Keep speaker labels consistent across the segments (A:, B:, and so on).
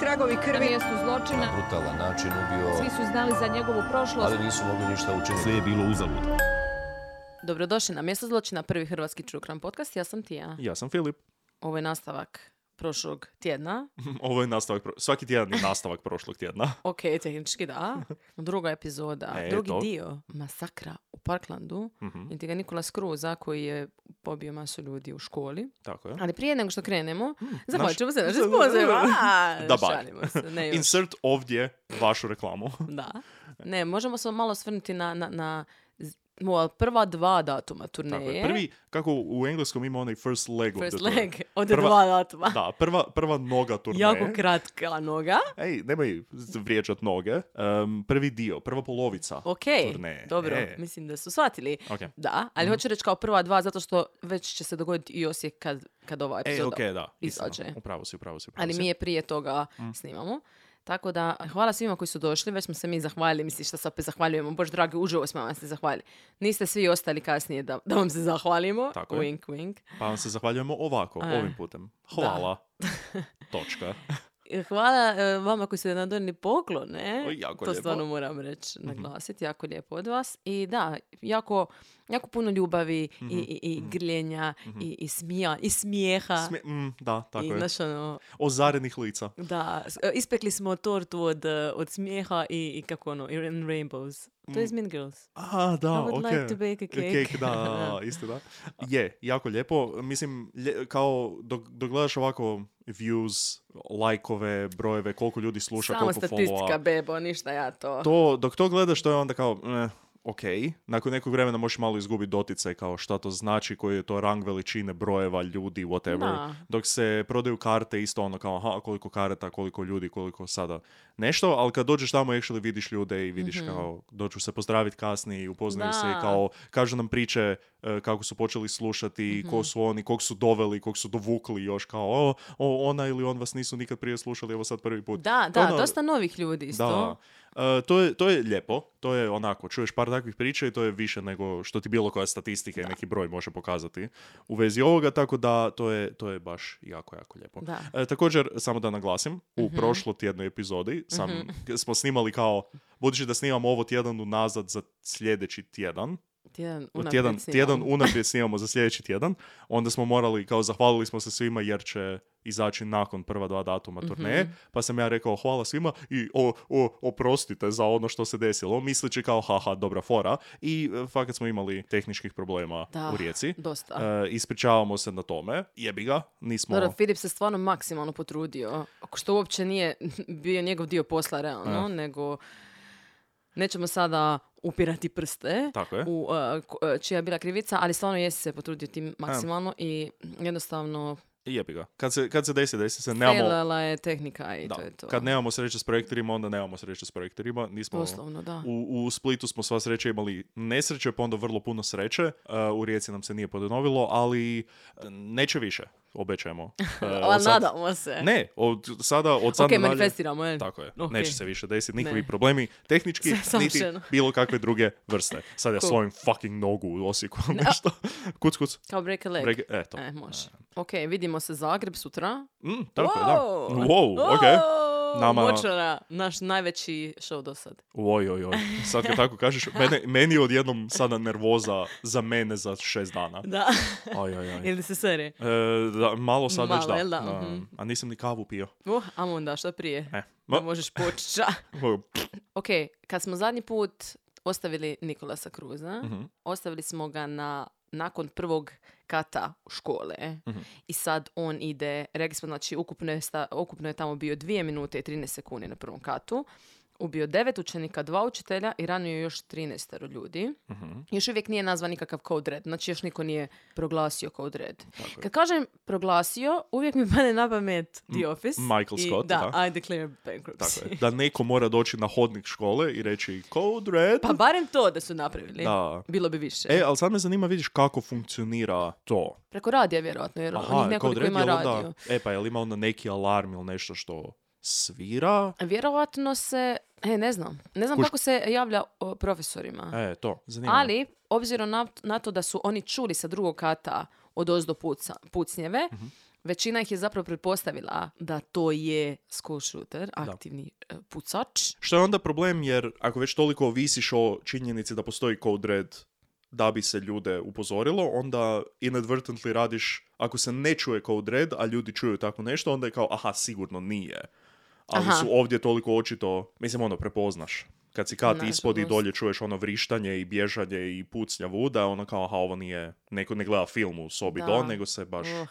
A: tragovi
B: Na
A: krvi.
B: mjestu zločina
C: brutalan način ubio,
B: svi su znali za njegovu prošlost.
C: ali nisu mogli ništa učiniti.
D: Sve je bilo uzalud.
E: Dobrodošli na mjesto zločina, prvi hrvatski True Crime podcast. Ja sam Tija.
D: Ja sam Filip.
E: Ovo je nastavak prošlog tjedna.
D: Ovo je nastavak, pro- svaki tjedan je nastavak prošlog tjedna.
E: Ok, tehnički da. Druga epizoda,
D: E,
E: drugi
D: to.
E: dio. Masakra u Parklandu.
D: Mhm,
E: I ga Nikola Skruza koji je pobio masu ljudi u školi.
D: tako je.
E: Ali prije nego što krenemo,
D: Mm, naš-
E: zahvaćemo se našim sponzorima. A,
D: Da, bar.
E: šalimo se, ne još.
D: Insert ovdje vašu reklamu.
E: Da. Ne, možemo se malo svrnuti na, na, na z- moja prva dva datuma turneje.
D: Tako je. Prvi, kako u engleskom ima onaj first leg of
E: First
D: the tour.
E: leg od
D: Prva-
E: dva datuma.
D: Da, prva, prva noga turneje.
E: Jako kratka noga.
D: Ej, nemoj vrijeđat noge. Em, prvi dio, prva polovica.
E: Ok, E,
D: turneje.
E: dobro,
D: E. Mhm.
E: mislim da su shvatili.
D: Ok.
E: Da, ali hoću reći kao prva dva zato što već će se dogoditi i Osijek kad, kad ova
D: Ej,
E: epizoda
D: E, ok, da. istina.
E: izađe.
D: Upravo si, upravo si. Upravo
E: Ali
D: si.
E: mi je prije toga
D: Mhm.
E: snimamo. Tako da, hvala svima koji su došli, već smo se mi zahvalili, mislim šta se opet zahvaljujemo, bož dragi, uživo smo vam se zahvalili. Niste svi ostali kasnije da, da vam se zahvalimo,
D: Tako je.
E: wink, wink.
D: Pa vam se zahvaljujemo ovako,
E: E.
D: ovim putem. Hvala. Točka.
E: E, Hvala e, vama koji ste nam donijeli poklon, ne?
D: O, jako
E: to
D: lijepo. Mhm.
E: stvarno moram reći, naglasiti, jako lijepo od vas. I da, jako, jako puno ljubavi
D: Mhm,
E: i, i, i grljenja i, i, smija, i smijeha.
D: Smije- mm, da, tako
E: I,
D: je.
E: znaš, ono,
D: Ozarenih lica.
E: da, s- e, ispekli smo tortu od, e, od smijeha i, i kako ono, i and rainbows. To je iz Mean Girls.
D: A, Mm. da,
E: I would
D: ok.
E: like to bake a cake.
D: da, da, isto da. Je, jako lijepo. Mislim, lje- kao dok, dok gledaš ovako views, lajkove, brojeve, koliko ljudi sluša,
E: Samo
D: koliko
E: statistika,
D: followa.
E: bebo, ništa ja to.
D: To, dok to gledaš, to je onda kao, eh, ok. Nakon nekog vremena možeš malo izgubiti doticaj kao šta to znači, koji je to rang veličine brojeva, ljudi, whatever.
E: Da.
D: Dok se prodaju karte, isto ono kao, aha, koliko karata, koliko ljudi, koliko sada nešto, ali kad dođeš tamo, actually vidiš ljude i vidiš kao, dođu se pozdraviti kasnije i upoznaju se
E: Mhm. Da.
D: i kao, kažu nam priče e, kako su počeli slušati,
E: Mhm.
D: ko su oni, kog su doveli, kog su dovukli još kao, o, o, ona ili on vas nisu nikad prije slušali, evo sad prvi put.
E: Da, da,
D: Ono-
E: dosta novih ljudi isto.
D: da. E, to, je, to je lijepo, to je onako, čuješ par takvih priča i to je više nego što ti bilo koja statistika i neki broj može pokazati u vezi ovoga, tako da to je, to je baš jako, jako lijepo.
E: Da. Mhm.
D: E, također, samo da naglasim, u prošlo tjednoj epizodi sam, smo snimali kao, budući da snimamo ovo tjedan unazad za sljedeći tjedan,
E: Tjedan,
D: u
E: unaprijed
D: tjedan,
E: snimamo.
D: tjedan unaprijed snimamo za sljedeći tjedan, onda smo morali, kao zahvalili smo se svima jer će izaći nakon prva dva datuma
E: Mhm.
D: turneje, pa sam ja rekao hvala svima i o, o, oprostite za ono što se desilo, misleći kao haha, dobra fora i e, fakat smo imali tehničkih problema
E: Da,
D: u Rijeci.
E: dosta.
D: E, ispričavamo se na tome, jebi ga, nismo...
E: Dobro, Filip se stvarno maksimalno potrudio, što uopće nije bio njegov dio posla realno,
D: E.
E: nego nećemo sada upirati prste
D: Tako je.
E: u uh, ko- uh, čija je bila krivica, ali stvarno jesi se potrudio
D: E.
E: tim maksimalno i jednostavno
D: Jebi ga. Kad se, kad se desi, desi se, nemamo...
E: failala je tehnika i
D: Da,
E: to je to.
D: kad nemamo sreće s projektorima, onda nemamo sreće s projektorima. Nismo,
E: Doslovno, da.
D: U, u Splitu smo sva sreća imali nesreće, pa onda vrlo puno sreće. Uh, u Rijeci nam se nije podenovilo, ali uh, neće više, obećajemo. Uh,
E: Ali
D: od sad-
E: nadamo se.
D: Ne, od sada, od sada
E: ok,
D: nadalje-
E: manifestiramo, je.
D: Tako je,
E: Ok.
D: neće se više desiti nikakvi
E: Ne.
D: problemi tehnički,
E: Sve je
D: niti
E: savršeno.
D: bilo kakve druge vrste. Sad ja
E: Cool.
D: svojim fucking nogu u Osijeku nešto. Kuc, kuc.
E: Kao break a leg.
D: Breg, eto.
E: E, može. Ok, vidimo se Zagreb sutra.
D: Mm, tako je, da.
E: wow!
D: Wow, ok.
E: Wow!
D: Nama-
E: Močvara, naš najveći show do sad.
D: Oj, oj, oj. Sad kad tako kažeš, mene, meni je odjednom sada nervoza za mene za šest dana.
E: Da.
D: Oj, oj, oj.
E: Ili se sere.
D: E, da, malo sad već
E: Malo,
D: da.
E: jel da?
D: Da.
E: Mhm.
D: A nisam ni kavu pio.
E: Uh, amo onda, što prije.
D: E.
E: Da
D: Ma,
E: možeš poći. ča. ok, kad smo zadnji put ostavili Nikolasa Kruza, ostavili smo ga na nakon prvog kata škole i sad on ide, rekli smo, znači ukupno je, sta- ukupno je tamo bio 2 minute i 13 sekunde na prvom katu, ubio devet učenika, dva učitelja i ranio još 13 ljudi.
D: Mhm.
E: Još uvijek nije nazvan nikakav code red, znači još niko nije proglasio code red. Kad kažem proglasio, uvijek mi pane na pamet The Office.
D: Michael
E: i,
D: Scott,
E: da.
D: da.
E: I declare bankruptcy.
D: tako je. Da neko mora doći na hodnik škole i reći Code Red.
E: Pa barem to da su napravili.
D: Da.
E: Bilo bi više.
D: E, ali sad me zanima, vidiš kako funkcionira to.
E: Preko radija vjerojatno, jer onih nekoliko ima
D: jel
E: radio.
D: onda... E, pa jel ima onda neki alarm ili nešto što svira?
E: Vjerovatno se, e, ne znam. Ne znam
D: Kuš-
E: kako se javlja o, profesorima.
D: E, to. Zanima. me.
E: Ali, obzirom na, na to da su oni čuli sa drugog kata od ozdo puca, pucnjeve, Većina ih je zapravo pretpostavila da to je school shooter, aktivni e, pucač.
D: Što je onda problem jer ako već toliko ovisiš o činjenici da postoji code red da bi se ljude upozorilo, onda inadvertently radiš, ako se ne čuje code red, a ljudi čuju tako nešto, onda je kao, aha, sigurno nije. Ali
E: Aha.
D: su ovdje toliko očito, mislim, ono, prepoznaš. Kad si kat ispod i
E: Nažalost.
D: dolje čuješ ono vrištanje i bježanje i pucnjavu, da je ono kao, aha, ovo nije, neko ne gleda film u sobi
E: Da.
D: do, nego se baš...
E: Oh.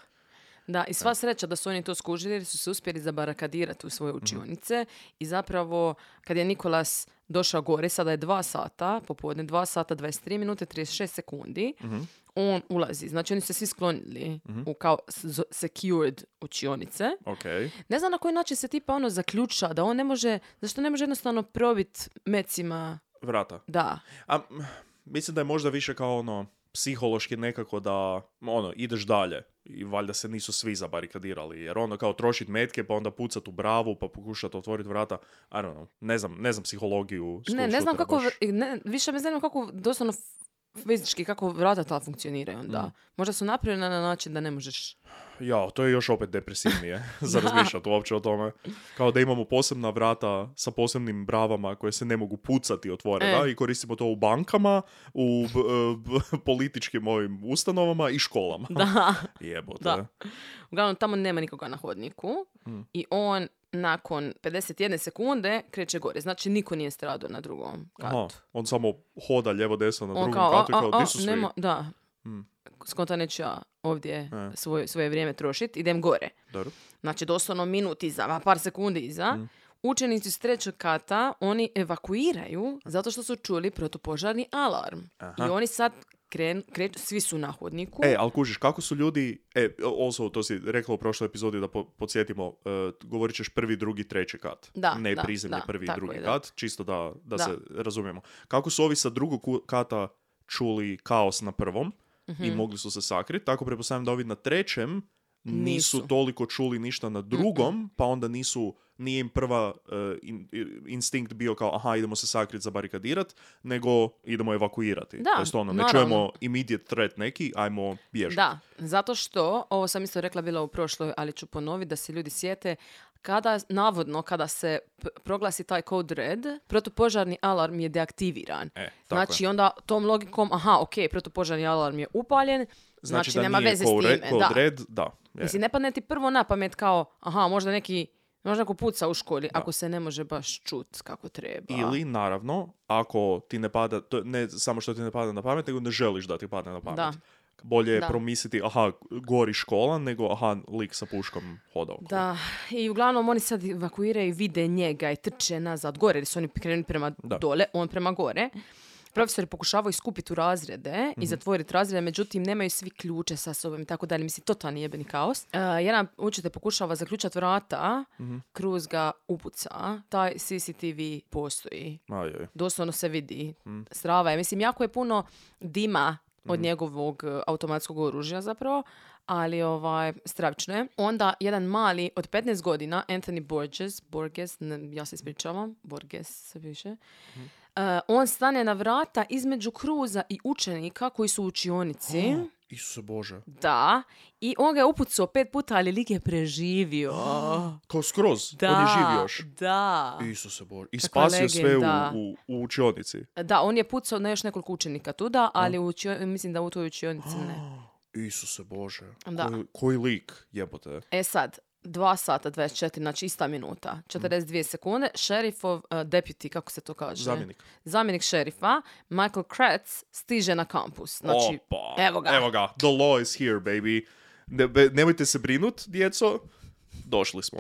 E: Da, i sva sreća da su oni to skužili jer su se uspjeli zabarakadirati u svoje učionice i zapravo kad je Nikolas došao gore, sada je 2 sata, popodne 2 sata 23 minute 36 sekundi,
D: Mhm,
E: on ulazi. Znači oni su se svi sklonili u kao s- secured učionice.
D: Ok,
E: Ne znam na koji način se tipa ono zaključa da on ne može, zašto ne može jednostavno probit mecima,
D: vrata.
E: da.
D: A, m, mislim da je možda više kao ono, psihološki nekako da, ono, ideš dalje. I valjda se nisu svi zabarikadirali. Jer ono, kao trošit metke, pa onda pucat u bravu, pa pokušat otvoriti vrata. I don't know. Ne znam, ne znam psihologiju. school
E: Ne, ne znam
D: shootera
E: kako,
D: baš.
E: i ne, više me zanima kako doslovno f- fizički, kako vrata ta funkcioniraju onda.
D: Mm.
E: Možda su napravljena na način da ne možeš.
D: Jao, to je još opet depresivnije za razmišljat uopće o tome. Kao da imamo posebna vrata sa posebnim bravama koje se ne mogu pucati otvorena
E: E.
D: i koristimo to u bankama, u b- b- političkim ovim ustanovama i školama.
E: Da.
D: Jebote.
E: Da. Uglavnom, tamo nema nikoga na hodniku
D: Mm.
E: i on nakon 51 sekunde kreće gore. Znači, niko nije stradao na drugom katu.
D: Aha, on samo hoda lijevo desno na
E: on
D: drugom
E: kao,
D: katu i
E: a,
D: kao,
E: a,
D: di
E: a,
D: su svi?
E: nema, da.
D: Mm.
E: Skonta neću ja ovdje
D: E.
E: svoje, svoje vrijeme trošiti, idem gore.
D: Dobro.
E: Znači, doslovno minut iza, ma par sekundi iza.
D: Mm.
E: Učenici s trećeg kata, oni evakuiraju zato što su čuli protupožarni alarm.
D: Aha.
E: I oni sad kren, kreću, svi su na hodniku.
D: E, ali kužiš, kako su ljudi, e, also, to si rekla u prošloj epizodi da po, podsjetimo, e, govorit ćeš prvi, drugi, treći kat.
E: Da,
D: ne
E: da,
D: prizemlje
E: da,
D: prvi i
E: tako
D: drugi
E: je, da.
D: kat, čisto da, da,
E: Da.
D: se razumijemo. Kako su ovi sa drugog ku- kata čuli kaos na prvom i
E: Mhm.
D: mogli su se sakriti, tako pretpostavljam da ovi na trećem nisu,
E: Nisu.
D: toliko čuli ništa na drugom, pa onda nisu, nije im prva e, in- i- instinkt bio kao aha idemo se sakriti, zabarikadirat, nego idemo evakuirati.
E: Da,
D: to jest ono, ne
E: naravno.
D: čujemo immediate threat neki, ajmo bježati.
E: Da, zato što, ovo sam isto rekla bila u prošloj, ali ću ponoviti da se ljudi sjete, kada, navodno, kada se p- proglasi taj code red, protupožarni alarm je deaktiviran.
D: E, tako je.
E: znači, onda tom logikom, aha, ok, protupožarni alarm je upaljen, znači,
D: da
E: nema
D: nije
E: veze s
D: code red-
E: time.
D: code
E: da.
D: red, da. E, je.
E: Mislim, ne padne ti prvo na pamet kao, aha, možda neki, možda neko puca u školi, ako se ne može baš čut kako treba.
D: Ili, naravno, ako ti ne pada, to ne samo što ti ne pada na pamet, nego ne želiš da ti padne na pamet.
E: Da.
D: Bolje je
E: Da.
D: promisliti, aha, gori škola, nego aha, lik sa puškom hoda okolo.
E: Da, i uglavnom oni sad evakuiraju, vide njega i trče nazad gore, jer su oni krenuli prema
D: Da.
E: dole, on prema gore. Profesori pokušavaju skupiti u razrede i
D: Mhm.
E: zatvoriti razrede, međutim nemaju svi ključe sa sobom i tako dalje. Mislim, totalni jebeni kaos. E, jedan učitelj pokušava zaključati vrata,
D: Mhm.
E: Cruz ga upuca, taj CCTV postoji
D: Ajoj.
E: doslovno se vidi.
D: Hmm.
E: Strava je. Mislim, jako je puno dima od njegovog e, automatskog oružja zapravo, ali ovaj, stravično je. Onda jedan mali od 15 godina, Anthony Borges, Borges, ne, ja se ispričavam, Borges se piše,
D: Hmm.
E: e, on stane na vrata između kruza i učenika koji su u učionici.
D: Oh. Isuse Bože.
E: Da. I on ga je upucao pet puta, ali lik je preživio.
D: Ah, Kao skroz,
E: Da.
D: on je živ još.
E: Da.
D: Isuse Bože. I
E: Kakva
D: spasio sve u,
E: legenda.
D: u, u učionici.
E: Da, on je pucao na još nekoliko učenika tuda, ali u učio- mislim da u toj učionici ne.
D: Ah, Isuse Bože.
E: Da.
D: Koji, koji lik, jebote.
E: E sad, 2 sata 24, znači ista
D: Mm.
E: minuta, 42 sekunde, šerifov uh, deputy, kako se to kaže?
D: Zamjenik.
E: Zamjenik šerifa, Michael Kratz, stiže na kampus. Znači,
D: Opa.
E: evo ga.
D: Evo ga. The law is here, baby. Ne- be- nemojte se brinut, djeco. Došli smo.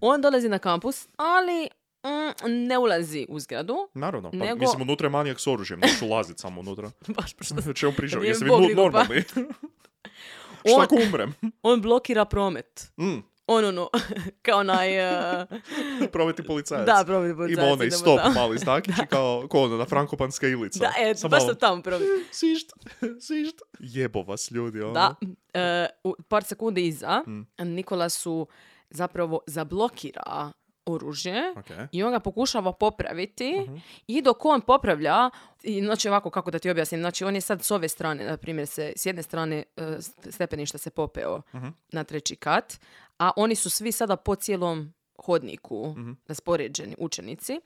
E: On dolazi na kampus, ali mm, ne ulazi u zgradu.
D: Naravno. Pa,
E: Nego-
D: Mislim, unutra je manijak s oružjem. Neću ulazit samo unutra.
E: Baš
D: O čemu pričam?
E: Da nije
D: Jesi vi
E: Bog
D: nu-
E: nego
D: normalni? Šta
E: On-
D: ako umrem?
E: On blokira promet.
D: Mm,
E: On ono, kao onaj... e,
D: proveti policajac.
E: da, promet
D: Ima
E: policajac,
D: onaj
E: idemo
D: stop,
E: tamo.
D: mali znakić i kao, ko ono, na frankopanska ilica.
E: Da, e,
D: Sa
E: baš
D: malo,
E: sam tamo promet.
D: Sišt, sišt. Jebo vas, ljudi, ono.
E: Da, e, u par sekundi iza Nikola su zapravo zablokira oružje
D: Ok.
E: i on ga pokušava popraviti i dok on popravlja, i znači ovako kako da ti objasnim, znači on je sad s ove strane, na primjer, se, s jedne strane e, st- stepeništa se popeo na treći kat, a oni su svi sada po cijelom hodniku raspoređeni učenici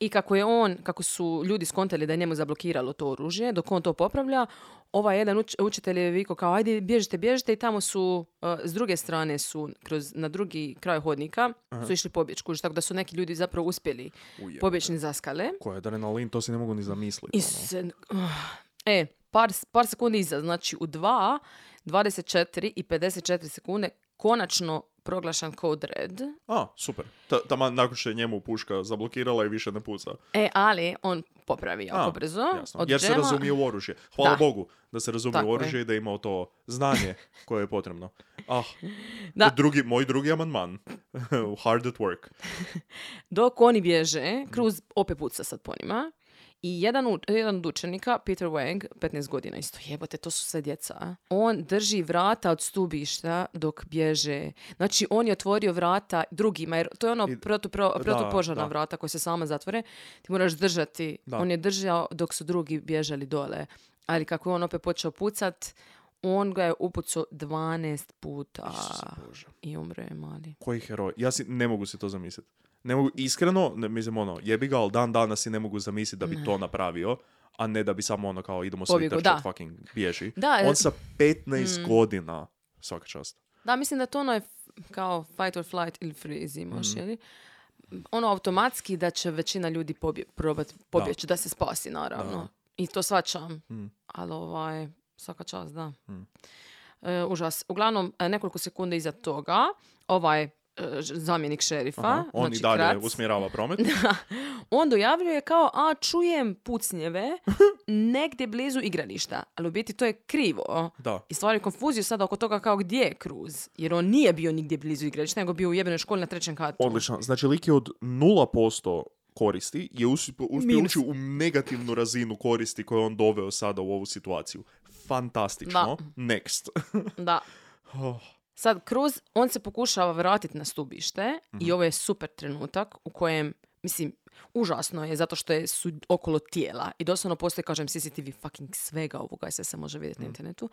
E: i kako je on, kako su ljudi skontali da je njemu zablokiralo to oružje, dok on to popravlja, ovaj jedan uč- učitelj je vikao kao ajde bježite, bježite i tamo su, e, s druge strane su, kroz, na drugi kraj hodnika su išli pobjeći, kužiš, tako da su neki ljudi zapravo uspjeli
D: Ujebote.
E: pobjeći niz zaskale.
D: Koji je adrenalin, to si ne mogu ni zamisliti. ono.
E: Isuse, ah. E, par, par sekundi iza, znači u 2, 24 i 54 sekunde konačno proglašan Code Red.
D: A, super. Ta, taman nakon što je njemu puška zablokirala i više ne puca.
E: E, ali on popravi jako
D: A,
E: brzo.
D: jasno.
E: od
D: Jer se
E: džema.
D: razumije u oružje. Hvala
E: Da.
D: Bogu da se razumije
E: Tako
D: u
E: je.
D: oružje i da je imao to znanje koje je potrebno. Ah,
E: Da.
D: drugi, moj drugi amandman. Hard at work.
E: Dok oni bježe, Cruz opet puca sad po njima. I jedan, u- jedan od učenika, Peter Wang, 15 godina, isto jebote, to su sve djeca. a. On drži vrata od stubišta dok bježe. Znači, on je otvorio vrata drugima, jer to je ono
D: I-
E: protupro,
D: da,
E: protupožarna
D: da.
E: vrata koja se sama zatvore. Ti moraš držati.
D: Da.
E: On je držao dok su drugi bježali dole. Ali kako je on opet počeo pucat, on ga je upucao 12 puta. I umro je mali.
D: Koji heroj? Ja si, ne mogu si to zamisliti. Ne mogu, iskreno, ne, mislim ono, jebi ga, ali dan danas si ne mogu zamisliti da bi to napravio, a ne da bi samo ono kao idemo svi
E: Pobjegao,
D: trčat,
E: da.
D: fucking bježi.
E: Da, e, mm.
D: On
E: jer-
D: sa 15 godina, svaka čast.
E: Da, mislim da to ono je f- kao fight or flight ili freeze imaš,
D: Mhm.
E: jeli? Ono automatski da će većina ljudi pobje, probat pobjeći, da. se spasi naravno. I to svačam.
D: Mhm.
E: Ali ovaj, svaka čast, da. E, užas. Uglavnom, e, nekoliko sekundi iza toga, ovaj e, ž- zamjenik šerifa,
D: Aha, on
E: znači
D: i dalje
E: Kratz,
D: usmjerava promet.
E: on dojavljuje kao, a čujem pucnjeve negdje blizu igrališta. Ali u biti to je krivo.
D: Da.
E: I stvari konfuziju sada oko toga kao gdje je Cruz. Jer on nije bio nigdje blizu igrališta, nego bio u jebenoj školi na trećem katu.
D: Odlično. Znači, lik je od 0% koristi, je usip- uspio
E: Minus.
D: ući u negativnu razinu koristi koju je on doveo sada u ovu situaciju. Fantastično. Next.
E: Da.
D: Oh.
E: Sad, Cruz, on se pokušava vratiti na stubište
D: Mhm.
E: i ovo je super trenutak u kojem, mislim, užasno je zato što je su okolo tijela i doslovno postoji, kažem, CCTV fucking svega ovoga, sve se može
D: Mhm.
E: vidjeti na internetu.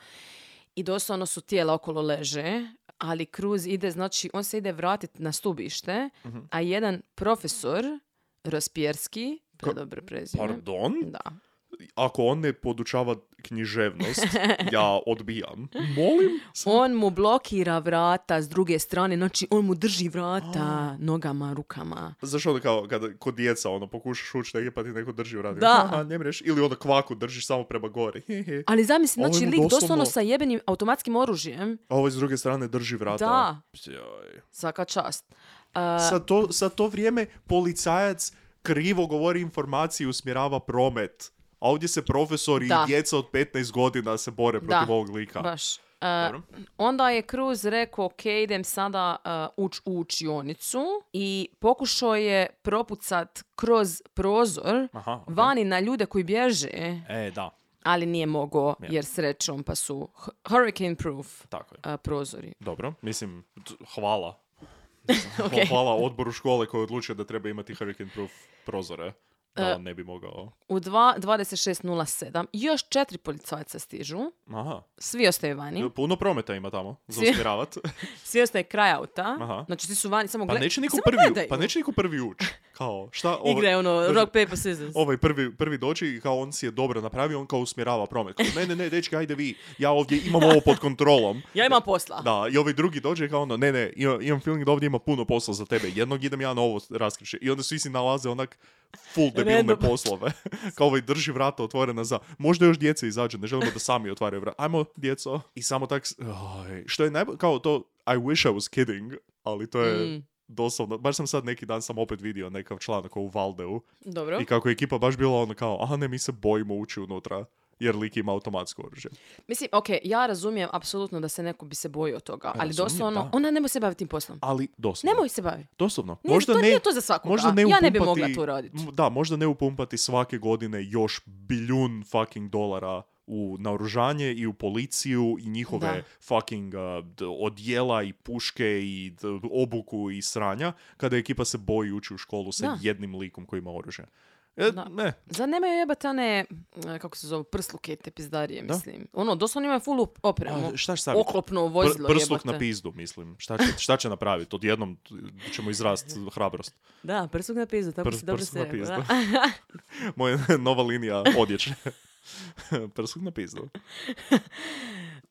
E: I doslovno su tijela okolo leže, ali Cruz ide, znači, on se ide vratiti na stubište,
D: Mhm.
E: a jedan profesor, Rospjerski, predobro prezime.
D: Pardon?
E: Da.
D: Ako on ne podučava književnost, ja odbijam. Molim?
E: On mu blokira vrata s druge strane, znači on mu drži vrata nogama, rukama.
D: Znaš ono kao kada kod djeca ono pokušaš ući negdje pa ti neko drži u radi.
E: Da.
D: Aha, ne mreš. Ili ono kvaku držiš samo prema gori. Hehe.
E: Ali zamisli,
D: Ovo
E: znači
D: je mu
E: lik doslovno...
D: doslovno
E: sa jebenim automatskim oružjem.
D: A ovaj s druge strane drži vrata.
E: Da.
D: Pjoj.
E: Svaka čast.
D: Sa to, sa to vrijeme policajac krivo govori informacije i usmjerava promet. A ovdje se profesori
E: Da.
D: i djeca od 15 godina se bore protiv ovog lika.
E: baš. E,
D: Dobro.
E: onda je Cruz rekao, ok, idem sada e, uć u učionicu i pokušao je propucat kroz prozor
D: Aha, ok.
E: vani na ljude koji bježe,
D: E, da,
E: ali nije mogao jer srećom pa su hu- hurricane proof
D: tako je.
E: e, prozori.
D: Dobro, mislim, t- hvala. Mislim, Hvala odboru škole koji je odlučio da treba imati hurricane proof prozore. Da
E: E.
D: on ne bi mogao.
E: U dva- 26.07 još četiri policajca stižu,
D: Aha, e,
E: svi ostaju vani,
D: puno prometa ima tamo za
E: Svi-
D: usmjeravat.
E: svi ostaje kraj auta,
D: Aha.
E: znači svi su vani, samo
D: Pa
E: gle-
D: neće niko
E: samo
D: prvi,
E: gledaju.
D: pa neće niko prvi ući. Kao, šta? ovo-
E: Igra je ono,
D: Drži-
E: rock, paper, scissors.
D: ovaj prvi, prvi dođe i kao on si je dobro napravio, on kao usmjerava promet. Kao, ne, ne, ne, dečki, ajde vi, ja ovdje imam ovo pod kontrolom.
E: Ja imam posla.
D: Da, i ovaj drugi dođe i kao ono, ne, ne, imam, imam feeling da ovdje ima puno posla za tebe, jednog idem ja na ovo raskrišće. I onda svi si nalaze onak full debilne
E: Random.
D: poslove. kao ovaj drži vrata otvorena za, možda još djece izađe, ne želimo da sami otvaraju vrata. Ajmo, djeco. I samo tak, s- oj, što je najbolje, kao to, I wish I was kidding, ali to je...
E: Mm.
D: Doslovno, baš sam sad neki dan sam opet vidio nekav članak u Valdeu
E: Dobro.
D: i kako je ekipa baš bila ono kao, aha ne, mi se bojimo ući unutra, jer lik ima automatsko oružje.
E: Mislim, ok, ja razumijem apsolutno da se neko bi se bojio toga, ali
D: razumijem,
E: doslovno,
D: da.
E: ona nemoj se baviti tim poslom.
D: Ali doslovno.
E: Nemoj se baviti.
D: Doslovno.
E: Nije-
D: možda
E: to
D: ne,
E: nije to za svakoga.
D: Možda ne
E: Ja ne bi
D: upumpati-
E: mogla to raditi.
D: m, Da, možda ne upumpati svake godine još biljun fucking dolara u naoružanje i u policiju i njihove fucking uh, d- odjela i puške i d- obuku i sranja, kada ekipa se boji ući u školu sa
E: Da.
D: jednim likom koji ima oružje. E,
E: Da.
D: ne,
E: Zar nemaju jebate one, e, kako se zove, prsluke te pizdarije,
D: Da.
E: mislim. Ono, doslovno imaju full op- opremu.
D: A, šta će staviti?
E: Oklopno
D: Pr-
E: vozilo
D: prsluk na
E: jebote.
D: pizdu, mislim. Šta će, šta će napraviti? Odjednom ćemo izrast hrabrost.
E: Da, prsluk na pizdu, tako
D: Prs-
E: si dobro
D: prsluk
E: se
D: na
E: rekao.
D: pizdu.
E: da.
D: Moja nova linija odjeće. prsluk na pizdu.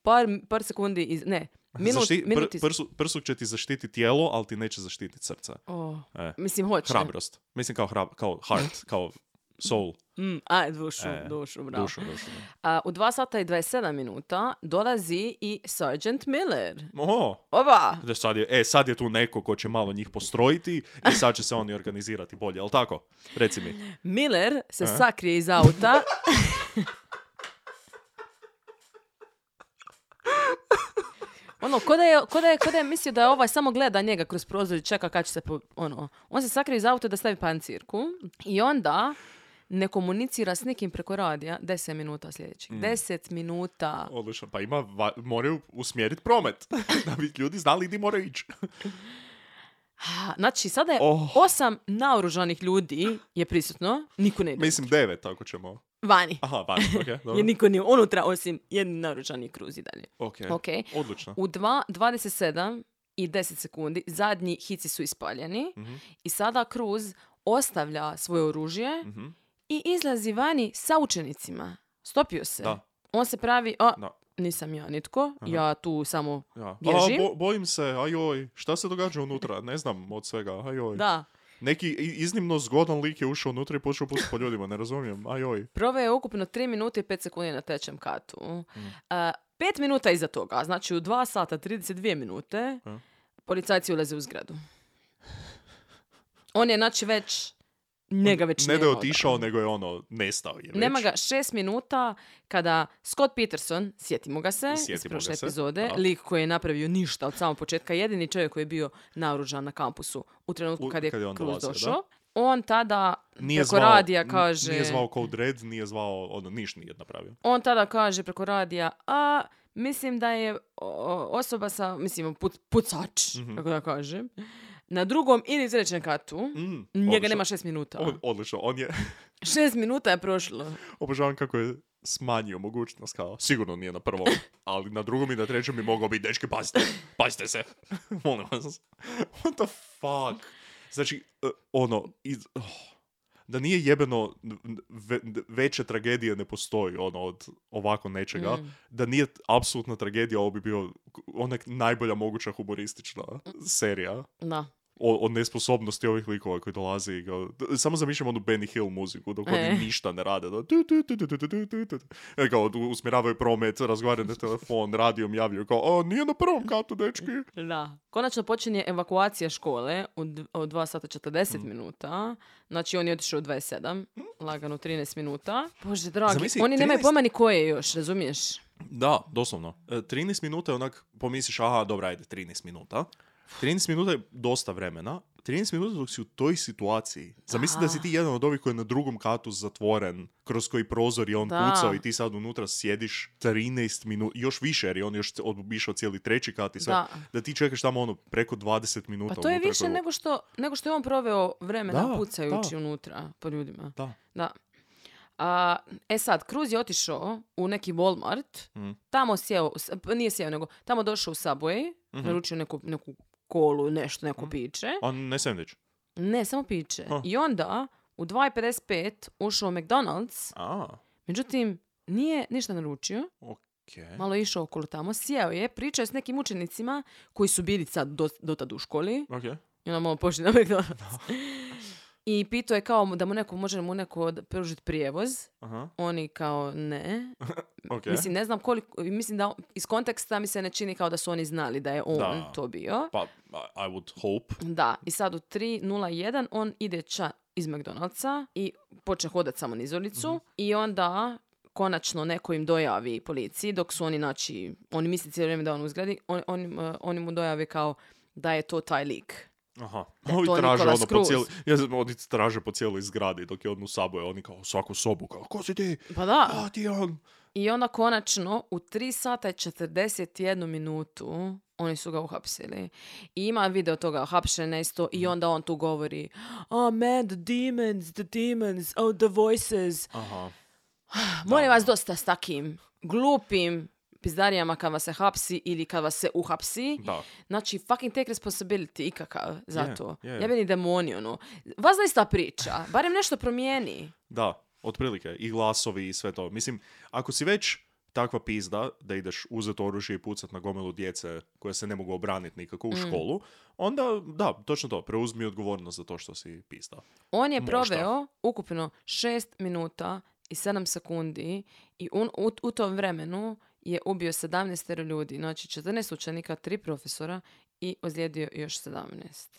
E: Par, par sekundi iz... Ne, minut,
D: Zašti- pr-
E: minut iz...
D: prsu- Prsuk će ti zaštiti tijelo, ali ti neće zaštititi srce.
E: O,
D: E.
E: Mislim, hoće.
D: Hrabrost. Mislim kao, hrab, kao heart, kao soul.
E: Mm, a, dušu,
D: E,
E: dušu, bravo.
D: Dušu, dušu.
E: A, u 2 sata i 27 minuta dolazi i Sergeant Miller.
D: Oho,
E: Oba!
D: da sad je, e, sad je tu neko ko će malo njih postrojiti i sad će se oni organizirati bolje, jel tako? Reci mi.
E: Miller se
D: E?
E: sakrije iz auta. ono, ko da, je, ko, da je, ko da je mislio da ovaj samo gleda njega kroz prozor i čeka kad će se... po- ono, on se sakrio iz auta da stavi pancirku i onda ne komunicira s nikim preko radija 10 minuta sljedećih. 10 minuta.
D: Odlično, pa ima, va- moraju usmjeriti promet da bi ljudi znali gdje moraju ići.
E: A, Znači, sada je
D: Oh.
E: osam naoružanih ljudi je prisutno, niko ne ide.
D: Mislim, devet, ako ćemo.
E: Vani.
D: Aha, vani, ok, dobro.
E: Jer niko nije unutra, osim jedni naoružani kruz i dalje.
D: Ok,
E: Ok.
D: odlično.
E: U 2.27 i 10 sekundi zadnji hici su ispaljeni
D: Mhm,
E: i sada Cruz ostavlja svoje oružje
D: Mhm.
E: i izlazi vani sa učenicima. Stopio se.
D: Da.
E: On se pravi, a,
D: Da.
E: nisam ja nitko, ja tu samo,
D: Ja.
E: Bježim.
D: A, bo- bojim se, ajoj, šta se događa unutra? Ne znam od svega, ajoj.
E: da,
D: Neki i- iznimno zgodan lik je ušao unutra i počeo pucati po ljudima, ne razumijem, ajoj.
E: Proveo je ukupno 3 minute i 5 sekundi na trećem katu.
D: Mm.
E: A, pet minuta iza toga, znači u 2 sata 32 minute,
D: Mhm.
E: policajci ulaze u zgradu. On je znači već, njega
D: Ne
E: već
D: da je
E: nema
D: otišao,
E: odavno.
D: nego je ono, nestao je već.
E: Nema ga šest minuta kada Scott Peterson, sjetimo ga se iz
D: Sjetimo ga
E: prošle
D: se,
E: epizode,
D: da.
E: lik koji je napravio ništa od samog početka, jedini čovjek koji je bio naoružan na kampusu u trenutku
D: U-
E: kad je,
D: kad je on
E: Cruz
D: dolazio, da.
E: došao. On tada preko radija
D: n-
E: kaže...
D: Nije zvao Code Red, nije zvao, ono, niš nije napravio.
E: On tada kaže preko radija, a mislim da je o, osoba sa, mislim, put, pucač,
D: Mhm.
E: kako da kažem, na drugom ili trećem katu.
D: Mm,
E: Njega
D: odlično.
E: nema šest minuta.
D: Od- odlično, on je,
E: Šest minuta je prošlo.
D: obožavam kako je smanjio mogućnost, kao, sigurno nije na prvom, ali na drugom i na trećem bi mogao biti, dečki, pazite, pazite se, molim vas. What the fuck? Znači, eh, ono, iz- oh, da nije jebeno n- n- ve- n- veće tragedije ne postoji ono od ovako nečega, da nije apsolutna tragedija, ovo bi bio ona najbolja moguća humoristična serija.
E: Da.
D: o, o nesposobnosti ovih likova koji dolaze i kao, d- samo zamišljam onu Benny Hill muziku dok
E: E.
D: oni ništa ne rade. Da, tu, tu, tu, tu, tu, tu, tu, tu, tu. E, kao, d- usmjeravaju promet, razgovaraju na telefon, radijom javljaju kao, o, nije na prvom katu, dečki.
E: Da. Konačno počinje evakuacija škole u, d- u 2 sata 40
D: Mm.
E: minuta. Znači on je otišao u 27, lagano 13 minuta. Bože dragi,
D: Zamisli,
E: oni nemaju
D: 13?
E: pojma ni koje je još, razumiješ?
D: Da, doslovno. E, 13 minuta je onak, pomisliš, aha, dobra, ajde, 13 minuta. 13 minuta je dosta vremena. 13 minuta dok si u toj situaciji. Zamisli da si
E: Ah.
D: ti jedan od ovih koji je na drugom katu zatvoren, kroz koji prozor je on
E: Da.
D: pucao i ti sad unutra sjediš 13 minuta, još više jer je on još c- od- išao cijeli treći kat i sve.
E: Da.
D: Da. ti čekaš tamo ono preko 20 minuta.
E: Pa to je
D: unutra
E: više
D: koji-
E: nego što, nego što je on proveo vremena
D: Da,
E: pucajući
D: da.
E: unutra po ljudima.
D: Da.
E: Da. A, e sad, Cruz je otišao u neki Walmart,
D: Mm.
E: tamo sjeo, u s- p- nije sjeo, nego tamo došao u Subway,
D: Mhm.
E: naručio neku, neku kolu, nešto, neko piće.
D: A ne sandvič.
E: Ne, samo piće.
D: Ha.
E: I onda u 2.55 ušao u McDonald's,
D: A,
E: međutim, nije ništa naručio,
D: okej.
E: malo je išao okolo tamo, sjeo je, pričao je s nekim učenicima koji su bili sad do, dotad u školi,
D: Okej.
E: i onda malo pošli na McDonald's. I pitao je kao mu- da mu neko, može mu neko od- pružiti prijevoz.
D: Aha,
E: Oni kao ne.
D: okej.
E: Mislim, ne znam koliko, mislim da iz konteksta mi se ne čini kao da su oni znali da je on
D: Da.
E: to bio.
D: Pa, I- I would hope.
E: Da, i sad u 3.01 on ide ča iz McDonald'sa i počne hodati samo nizolicu i onda konačno neko im dojavi policiji dok su oni, znači, oni misli cijelo vrijeme da je on u zgradi, on, on, eh, oni mu dojavi kao da je to taj lik.
D: Aha.
E: je
D: Ovi
E: to
D: traže
E: Nikolas
D: ono po
E: Cruz.
D: cijeli, ja znam, oni traže po cijeloj zgradi dok je on u sabu, oni kao svaku sobu, kao, ko si ti?
E: Pa da.
D: A, ti je on.
E: I onda konačno u 3 sata i 41 minutu oni su ga uhapsili. I ima video toga, hapšene isto, i onda on tu govori Oh man, the demons, the demons, oh the voices.
D: Aha.
E: Molim vas dosta s takim glupim pizdarijama kad vas se hapsi ili kad vas se uhapsi.
D: Da.
E: Znači, fucking take responsibility ikakav za
D: Je,
E: to.
D: je, je.
E: Jebeni demoni, ono. Vas da ista priča. Barem nešto promijeni.
D: Da, otprilike. I glasovi i sve to. Mislim, ako si već takva pizda da ideš uzet oružje i pucat na gomilu djece koje se ne mogu obraniti nikako u
E: Mm.
D: školu, onda da, točno to, preuzmi odgovornost za to što si pizda.
E: On je
D: Možda.
E: proveo ukupno 6 minuta i 7 sekundi i on, u, u tom vremenu je ubio 17 ljudi, znači 14 učenika, 3 profesora i ozlijedio još 17.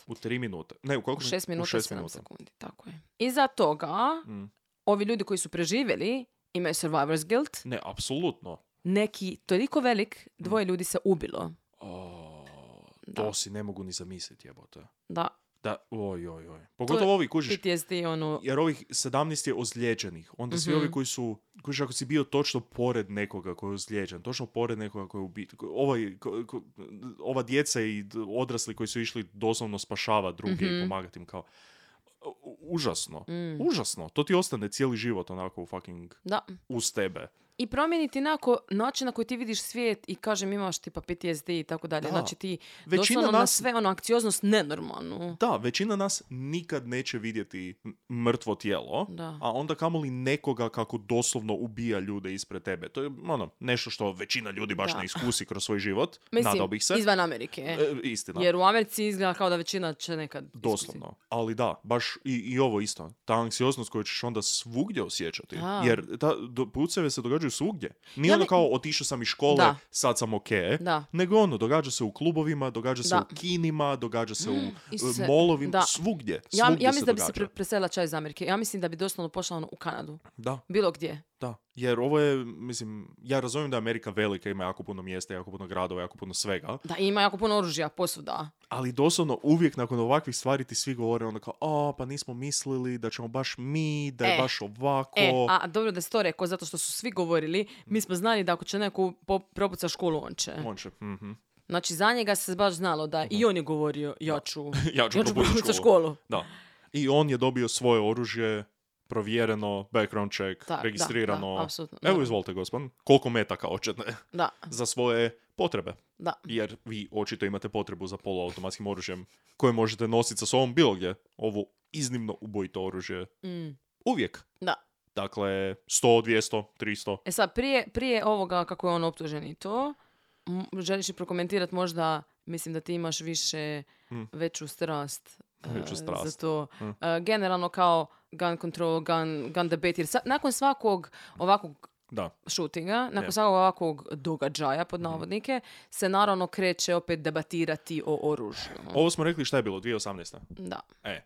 D: U tri minute. Ne, u koliko?
E: U 6
D: U
E: minuta i
D: šest
E: 7
D: minuta.
E: sekundi, tako je. Iza toga,
D: Mm.
E: ovi ljudi koji su preživjeli imaju survivor's guilt,
D: Ne, apsolutno.
E: neki toliko velik,
D: Mm.
E: dvoje ljudi se ubilo.
D: O,
E: Da.
D: to si ne mogu ni zamisliti, jebote.
E: Da,
D: Da, oj, oj, oj. Pogotovo ovi, kužiš,
E: PTSD, ono,
D: jer ovih 17 je ozlijeđenih. Onda svi
E: Mhm.
D: ovi koji su, kužiš, ako si bio točno pored nekoga koji je ozlijeđen, točno pored nekoga koji je ubit, ko- ovaj, ko- ko- ova djeca i d- odrasli koji su išli doslovno spašava druge
E: Mhm.
D: i pomagati im kao, u- užasno,
E: mm.
D: užasno. To ti ostane cijeli život onako u fucking
E: da.
D: uz tebe.
E: I promijeni ti nako, način na koji ti vidiš svijet i kažem imaš tipa PTSD i tako dalje.
D: Da.
E: Znači ti
D: Većina
E: doslovno na
D: nas-
E: sve ono akcioznost nenormalnu.
D: Da, većina nas nikad neće vidjeti m- mrtvo tijelo,
E: Da.
D: a onda kamoli nekoga kako doslovno ubija ljude ispred tebe. To je ono, nešto što većina ljudi baš
E: Da.
D: ne iskusi kroz svoj život,
E: Mislim,
D: nadao bih se.
E: izvan Amerike.
D: E, istina,
E: Jer u Americi izgleda kao da većina će nekad iskusiti.
D: doslovno. Ali da, baš i, i ovo isto, ta anksioznost koju ćeš onda svugdje osjećati.
E: Da.
D: Jer ta, do, puceve se događaju svugdje. Nije
E: Ja
D: ono
E: ne-
D: kao otišao sam iz škole,
E: Da.
D: sad sam ok.
E: Da.
D: Nego ono, događa se u klubovima, događa se
E: Da.
D: u kinima, događa se u
E: Isuse,
D: e, molovima,
E: da.
D: svugdje.
E: Ja,
D: svugdje
E: ja
D: se
E: mislim da bi se
D: događa.
E: pre- preselila čaj iz Amerike. Ja mislim da bi doslovno pošla ono u Kanadu.
D: Da.
E: Bilo gdje.
D: Da, jer ovo je, mislim, ja razumijem da je Amerika velika, ima jako puno mjesta, jako puno gradova, jako puno svega,
E: Da, ima jako puno oružja, posuda.
D: ali doslovno uvijek nakon ovakvih stvari ti svi govore onda kao, a pa nismo mislili da ćemo baš mi, da je
E: E.
D: baš ovako.
E: E, a dobro da si to rekao, zato što su svi govorili, mi smo znali da ako će neko po- propuca školu, on će.
D: On Mhm. će, mhm.
E: Znači, za njega se baš znalo da i on je govorio, ja ću,
D: Ja ću probući školu.
E: propucat školu.
D: Da. I on je dobio svoje oružje, provjereno, background check,
E: Da, da,
D: registrirano.
E: da, apsolutno,
D: Evo,
E: da.
D: izvolite, gospodin, koliko metaka hoćete
E: Da,
D: za svoje potrebe.
E: da.
D: jer vi očito imate potrebu za poluautomatskim oružjem koje možete nositi sa sobom bilo gdje. Ovo iznimno ubojito oružje.
E: Mm,
D: Uvijek.
E: da.
D: Dakle, 100, 200, 300.
E: E sad, prije, prije ovoga kako je on optužen i to, m- želiš li prokomentirati možda, mislim da ti imaš više, veću strast. e,
D: Hm. Veću strast. Hm.
E: Za to. E, generalno kao gun control, gun, gun debate. Jer sa- nakon svakog ovakvog
D: Da.
E: Mm. šutinga, nakon
D: Je. Mhm.
E: svakog ovakvog događaja, pod navodnike, se naravno kreće opet debatirati o oružju.
D: Ovo smo rekli šta je bilo, 2018.
E: Da.
D: E, e,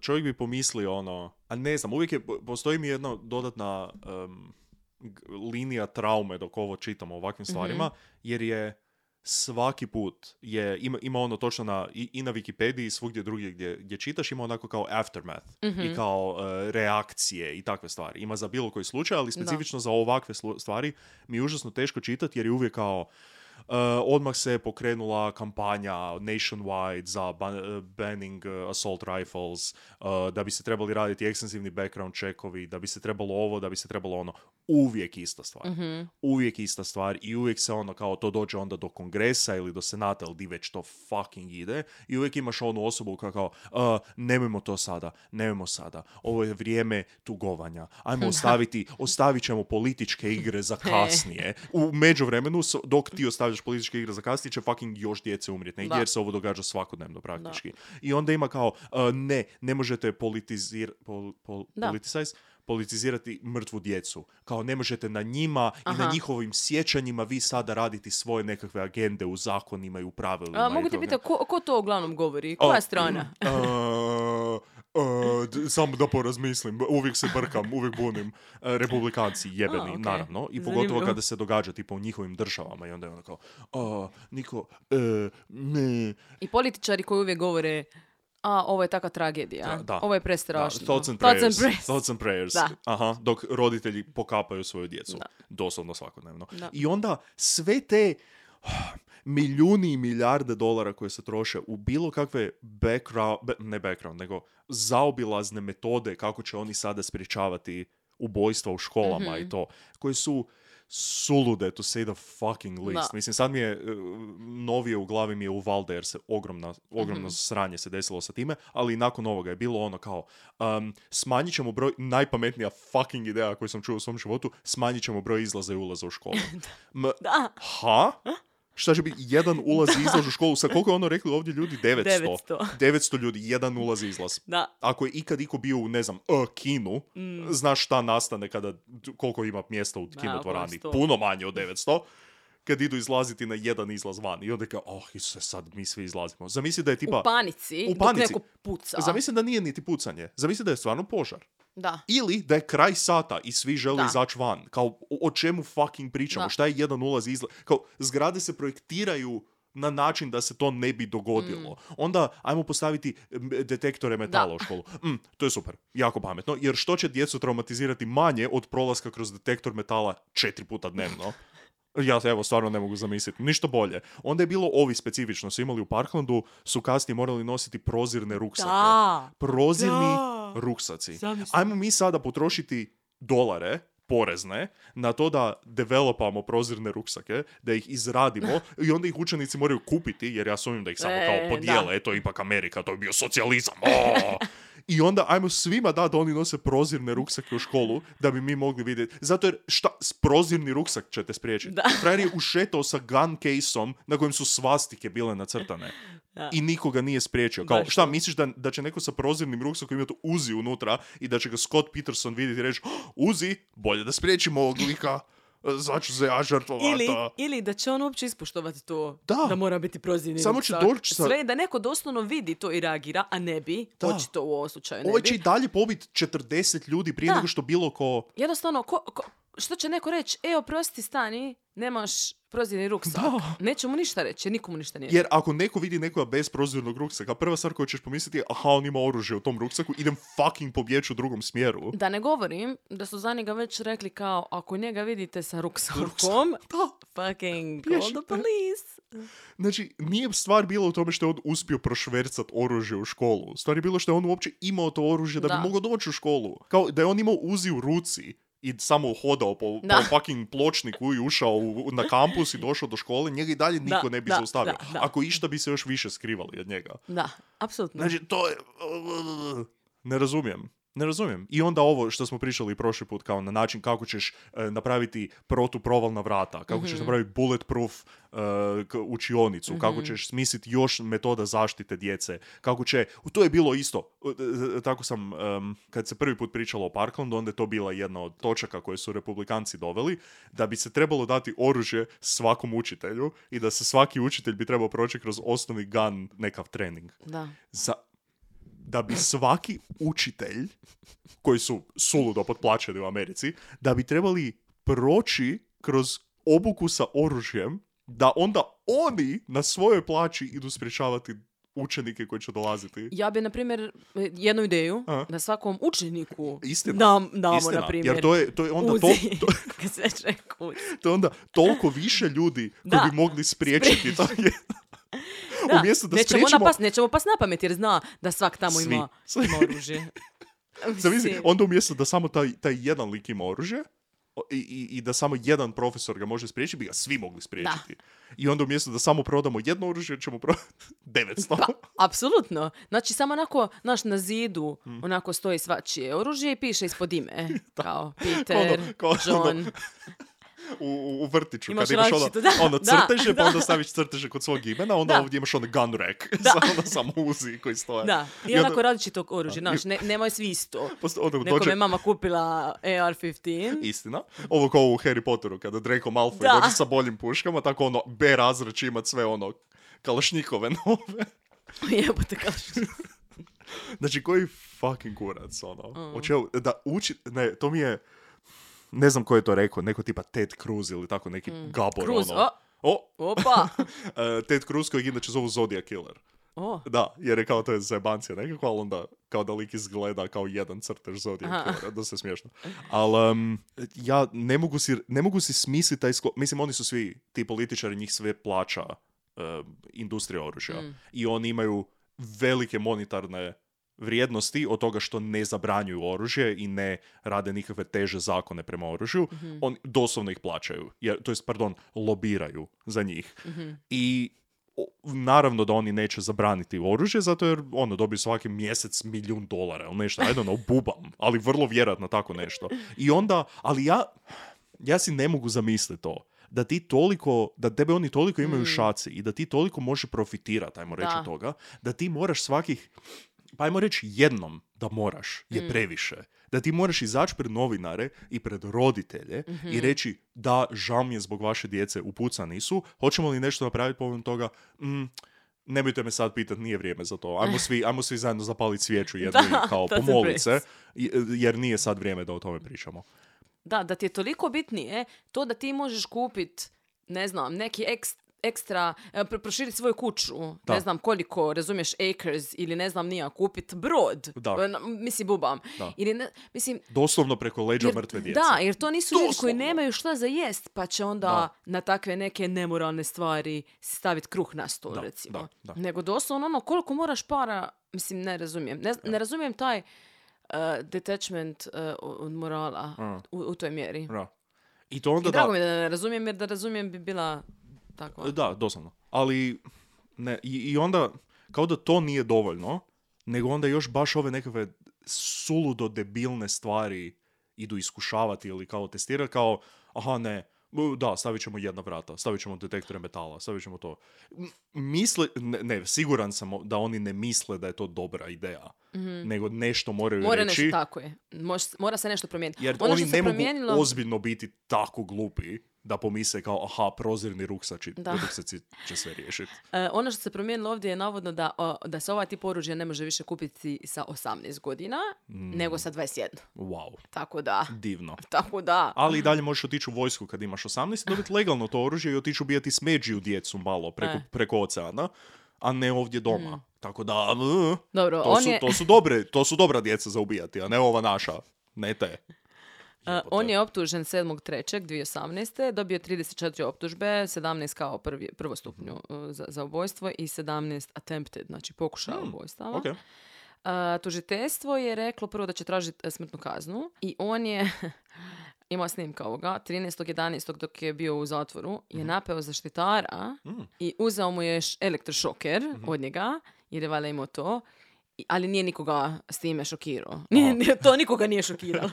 D: čovjek bi pomislio ono, a ne znam, uvijek je, postoji mi jedna dodatna em, g- linija traume dok ovo čitamo o ovakvim stvarima,
E: Mhm.
D: jer je svaki put je, ima, ima ono točno na, i, i na Wikipediji i svugdje drugdje gdje, gdje čitaš, ima onako kao aftermath i kao e, reakcije i takve stvari. Ima za bilo koji slučaj, ali specifično za ovakve slu- stvari mi je užasno teško čitati jer je uvijek kao e, odmah se pokrenula kampanja nationwide za ban- e, banning e, assault rifles, e, da bi se trebali raditi ekstensivni background checkovi, da bi se trebalo ovo, da bi se trebalo ono. Uvijek ista stvar. Uvijek ista stvar i uvijek se ono kao to dođe onda do kongresa ili do senata ili di već to fucking ide i uvijek imaš onu osobu koja kao "E, nemojmo to sada, nemojmo sada. Ovo je vrijeme tugovanja. Ajmo ostaviti, ostavit ćemo političke igre za
E: E.
D: kasnije. U međuvremenu, s- dok ti ostavljaš političke igre za kasnije, će fucking još djece umrijeti negdje,
E: Da.
D: jer se ovo događa svakodnevno praktički. I onda ima kao, "E, ne, ne možete politizir, pol, pol-
E: Da.
D: politicize- politizirati mrtvu djecu. Kao ne možete na njima i
E: Aha.
D: na njihovim sjećanjima vi sada raditi svoje nekakve agende u zakonima i u pravilima.
E: A,
D: i
E: mogu te
D: to-
E: pitati, ko, ko to uglavnom govori? Koja
D: O,
E: strana?
D: e, e, d- samo da porazmislim, uvijek se brkam, uvijek bunim. E, Republikanci jebeni,
E: A, okej.
D: naravno. I
E: Zanimljivo.
D: pogotovo kada se događa tipa u njihovim državama i onda je ono kao, a, niko, e, ne,
E: I političari koji uvijek govore a ovo je taka tragedija.
D: Da, da.
E: Ovo je
D: Da,
E: prestrašno.
D: thoughts and
E: Thoughts
D: prayers.
E: and prayers.
D: Thoughts and prayers.
E: Da.
D: Aha, dok roditelji pokapaju svoju djecu.
E: Da.
D: Doslovno svakodnevno.
E: Da.
D: I onda sve te milijuni i milijarde dolara koje se troše u bilo kakve background, be- ne background, nego zaobilazne metode kako će oni sada sprječavati ubojstva u školama
E: Mhm.
D: i to, koje su sulude to say the fucking least.
E: Da.
D: Mislim, sad mi je e, novije u glavi mi je Uvalde jer se ogromna, ogromno
E: Mhm.
D: sranje se desilo sa time, ali i nakon ovoga je bilo ono kao um, smanjit ćemo broj, najpametnija fucking ideja koju sam čuo u svom životu, smanjit ćemo broj izlaza i ulaza u školu. M-
E: Da.
D: Ha? Šta će biti jedan ulaz i izlaz u školu? Sa koliko je ono rekli ovdje ljudi? 900.
E: 900.
D: 900 ljudi, jedan ulaz i izlaz.
E: Da.
D: Ako je ikad iko bio u, ne znam, e, kinu, znaš šta nastane kada, koliko ima mjesta u kino dvorani?
E: oko 100.
D: Puno manje od 900. Kad idu izlaziti na jedan izlaz van. I onda kao, oh, Isuse, sad mi svi izlazimo. Zamisli da je tipa...
E: u panici,
D: u
E: dok
D: panici.
E: neko puca.
D: Zamisli da nije niti pucanje. Zamisli da je stvarno požar.
E: Da.
D: Ili da je kraj sata i svi žele
E: Da.
D: izaći van. Kao, o, o čemu fucking pričamo?
E: Da.
D: Šta je jedan ulaz i izlaz? Kao, zgrade se projektiraju na način da se to ne bi dogodilo. Onda, ajmo postaviti m, detektore metala
E: Mm. Da.
D: u školu. Mm, to je super. Jako pametno. Jer što će djecu traumatizirati manje od prolaska kroz detektor metala četiri puta dnevno? Ja evo stvarno ne mogu zamisliti. Ništa bolje. Onda je bilo ovi specifično. Su imali u Parklandu, su kasnije morali nositi prozirne ruksake
E: Da.
D: prozirni
E: Da.
D: ruksaci.
E: Zamisli.
D: Ajmo mi sada potrošiti dolare porezne na to da developamo prozirne ruksake, da ih izradimo i onda ih učenici moraju kupiti, jer ja sumnjam da ih samo
E: E,
D: kao podijele,
E: da.
D: eto ipak Amerika, to je bio socijalizam. o! I onda ajmo svima da da oni nose prozirne ruksake u školu da bi mi mogli vidjeti. Zato jer šta, s prozirni ruksak ćete spriječiti.
E: Da.
D: Frajer je ušetao sa gun case-om na kojem su svastike bile nacrtane.
E: Da.
D: I nikoga nije spriječio. Kao,
E: Baš
D: šta misliš da, da će neko sa prozirnim ruksakom imati uzi unutra i da će ga Scott Peterson vidjeti i reći "Oh, uzi, bolje da spriječimo ovog lika, zaću se ja žrtvovati.
E: Ili, ili da će on uopće ispoštovati to
D: Da.
E: mora biti prozirni
D: Samo će
E: ruksak.
D: doći sa-
E: Sve da neko doslovno vidi to i reagira, a ne bi,
D: Da.
E: očito u ovom slučaju ne
D: Ovo
E: bi.
D: će i dalje pobit 40 ljudi prije
E: Da.
D: nego što bilo ko...
E: Jednostavno, ko, ko, što će neko reći? E, oprosti, stani, nemaš prozirni ruksak.
D: Da.
E: Neće mu ništa reći, jer nikomu ništa nije.
D: Jer ako neko vidi nekoga bez prozirnog ruksaka, prva stvar koju ćeš pomisliti je aha, on ima oružje u tom ruksaku, idem fucking pobjeći u drugom smjeru.
E: Da ne govorim da su za njega već rekli kao ako njega vidite sa ruksakom, fucking call
D: Pješite.
E: the police.
D: Znači, nije stvar bila u tome što je on uspio prošvercat oružje u školu. Stvar je bilo što je on uopće imao to oružje da,
E: Da.
D: bi mogao doći u školu. Kao da je on imao uzi u ruci i samo hodao po,
E: Da.
D: po fucking pločniku i ušao u- na kampus i došao do škole, njega i dalje
E: Da,
D: niko ne bi
E: da,
D: zaustavio.
E: da, da.
D: Ako išta bi se još više skrivali od njega.
E: Da, apsolutno.
D: Znači, to je... uh, Ne razumijem. Ne razumijem. I onda ovo što smo pričali prošli put, kao na način kako ćeš e, napraviti protuprovalna vrata, kako ćeš napraviti bulletproof e, k- učionicu, kako ćeš smisliti još metoda zaštite djece, kako će... To je bilo isto. E, e, Tako sam, em, kad se prvi put pričalo o Parklandu, onda je to bila jedna od točaka koje su republikanci doveli, da bi se trebalo dati oružje svakom učitelju i da se svaki učitelj bi trebao proći kroz osnovni gun nekav trening
E: Da.
D: za, da bi svaki učitelj, koji su suludo potplaćeni u Americi, da bi trebali proći kroz obuku sa oružjem, da onda oni na svojoj plaći idu sprječavati učenike koji će dolaziti.
E: Ja bi, na primjer, jednu ideju
D: A?
E: da svakom učeniku
D: Istina,
E: dam, damo,
D: Istina,
E: na primjer,
D: jer to je, to je onda to,
E: uzi.
D: to,
E: Kad se već rekao uzi.
D: to je onda toliko više ljudi koji
E: Da.
D: bi mogli spriječiti. To je,
E: Da,
D: umjesto da
E: nećemo,
D: spriječimo-
E: napas, nećemo pas na pamet jer zna da svak tamo
D: Svi.
E: ima,
D: Svi.
E: ima oružje.
D: Zamisli,
E: Mislim,
D: onda umjesto da samo taj, taj jedan lik ima oružje o- i, i, i da samo jedan profesor ga može spriječiti, bi ga svi mogli spriječiti. I onda umjesto da samo prodamo jedno oružje, ćemo prodati 900.
E: Pa, apsolutno. Znači, samo onako, znaš, na zidu
D: Mm.
E: onako stoji svačije oružje i piše ispod ime. kao Peter,
D: Ono, kao ono,
E: John.
D: U, u- u vrtiću,
E: Imaš
D: kad imaš ono,
E: različito, da,
D: ono
E: da,
D: crteže, pa
E: da.
D: onda staviš crteže kod svog imena, onda
E: Da.
D: ovdje imaš ono gun rack,
E: Da.
D: sa ono samo uzi koji stoje.
E: Da, i
D: I onda-
E: onako različitog oružja. Znaš, ne, nemoj svi isto.
D: Posto- onda
E: Nekome
D: dođe-
E: je mama kupila AR-15.
D: Istina. Ovo kao u Harry Potteru, kada Draco Malfoy
E: Da.
D: dođe sa boljim puškama, tako ono, B razred će imat sve ono, kalašnjikove nove.
E: Jebote, kao što-
D: Znači, koji fucking kurac,
E: Mm.
D: ono. O čemu- da uči, ne, to mi je, ne znam ko je to rekao, neko tipa Ted Cruz ili tako neki gabor,
E: Mm. Cruz,
D: ono. O,
E: Opa!
D: e, Ted Cruz kojeg inače zovu Zodiac Killer.
E: O,
D: Da, jer je kao to je zajebancija nekako, ali onda kao da lik izgleda kao jedan crtež
E: Aha.
D: zodijaka, da se smiješno. Ali em, ja ne mogu, si, ne mogu si smisliti taj sklop, mislim oni su svi, ti političari, njih sve plaća em, industrija oružja
E: Mm.
D: i oni imaju velike monetarne vrijednosti od toga što ne zabranjuju oružje i ne rade nikakve teže zakone prema oružju, oni doslovno ih plaćaju, jer, to jest, pardon, lobiraju za njih. I o- naravno da oni neće zabraniti oružje, zato jer ono, dobiju svaki mjesec milijun dolara ili nešto, I don't know, bubam, ali vrlo vjerojatno tako nešto. I onda, ali ja, ja si ne mogu zamisliti to. Da ti toliko, da tebe oni toliko imaju u šaci i da ti toliko može profitirati, ajmo reći
E: Da.
D: od toga, da ti moraš svakih, pa ajmo reći jednom da moraš, je
E: Mm.
D: previše. Da ti moraš izaći pred novinare i pred roditelje
E: Mhm.
D: i reći da, žao mi je zbog vaše djece, upucani su, hoćemo li nešto napraviti povodom toga, mm, nemojte me sad pitati, nije vrijeme za to. Ajmo svi, ajmo svi zajedno zapaliti svijeću jednu i
E: Da,
D: kao
E: to se
D: pomolit se,
E: brez.
D: i- jer nije sad vrijeme da o tome pričamo.
E: Da, da ti je toliko bitnije to da ti možeš kupit, ne znam, neki eks- ekstra, e, pro- proširiti svoju kuću,
D: Da.
E: ne znam koliko, razumiješ, acres ili ne znam nija, kupit brod,
D: Da.
E: E, na- mislim bubam,
D: Da.
E: ili ne, mislim,
D: Doslovno preko leđa
E: jer-
D: mrtve djece.
E: Da, jer to nisu ljudi koji
D: Doslovno.
E: nemaju šta za jest, pa će onda
D: Da.
E: na takve neke nemoralne stvari staviti kruh na stol,
D: Da,
E: recimo.
D: da, da.
E: Nego doslovno ono koliko moraš para, mislim, ne razumijem. Ne, ne razumijem taj uh, detachment uh, od morala u, u toj mjeri.
D: Da. I to onda
E: I
D: da-
E: drago mi je da ne razumijem, jer da razumijem bi bila takva.
D: Da, doslovno. Ali, ne, i, i onda, kao da to nije dovoljno, nego onda još baš ove nekakve suludo debilne stvari idu iskušavati ili kao testirati, kao, aha ne, u, da, stavit ćemo jedna vrata, stavit ćemo detektore metala, stavit ćemo to. M- Misle, ne, ne, siguran sam o- da oni ne misle da je to dobra ideja, nego nešto moraju
E: Mora
D: reći.
E: Mhm. nešto tako je. Moš- mora se nešto promijeniti.
D: Jer
E: ono
D: oni
E: što se
D: ne mogu
E: promijenilo...
D: ozbiljno biti tako glupi da pomisle kao, aha, prozirni ruksači,
E: Da.
D: ruksaci će sve riješiti.
E: E, ono što se promijenilo ovdje je navodno da, o, da se ovaj tip oružja ne može više kupiti sa 18 godina,
D: Mm.
E: nego sa 21.
D: Wow,
E: Tako da,
D: divno.
E: tako da.
D: Ali i dalje možeš otići u vojsku kad imaš 18 i dobiti legalno to oružje i otići ubijati smeđiju djecu malo preko,
E: E.
D: preko oceana, a ne ovdje doma. Tako da, mm,
E: Dobro,
D: to
E: on
D: su,
E: je-
D: to su dobre, to su dobra djeca za ubijati, a ne ova naša. Ne te.
E: E, on je optužen 7.3.2018. Dobio je 34 optužbe, 17 kao prvi, prvostupnju e, za, za ubojstvo i 17 attempted, znači pokušaja ubojstava.
D: Mm, Ok.
E: E, tužiteljstvo je reklo prvo da će tražiti e, smrtnu kaznu i on je, imao snimka ovoga, 13.11. dok je bio u zatvoru,
D: Mhm.
E: je napeo zaštitara
D: Mm.
E: i uzeo mu je š- elektrošoker
D: Mhm.
E: od njega, jer je valjda imao to, i- ali nije nikoga s time šokirao. Nije, nije- to nikoga nije šokiralo.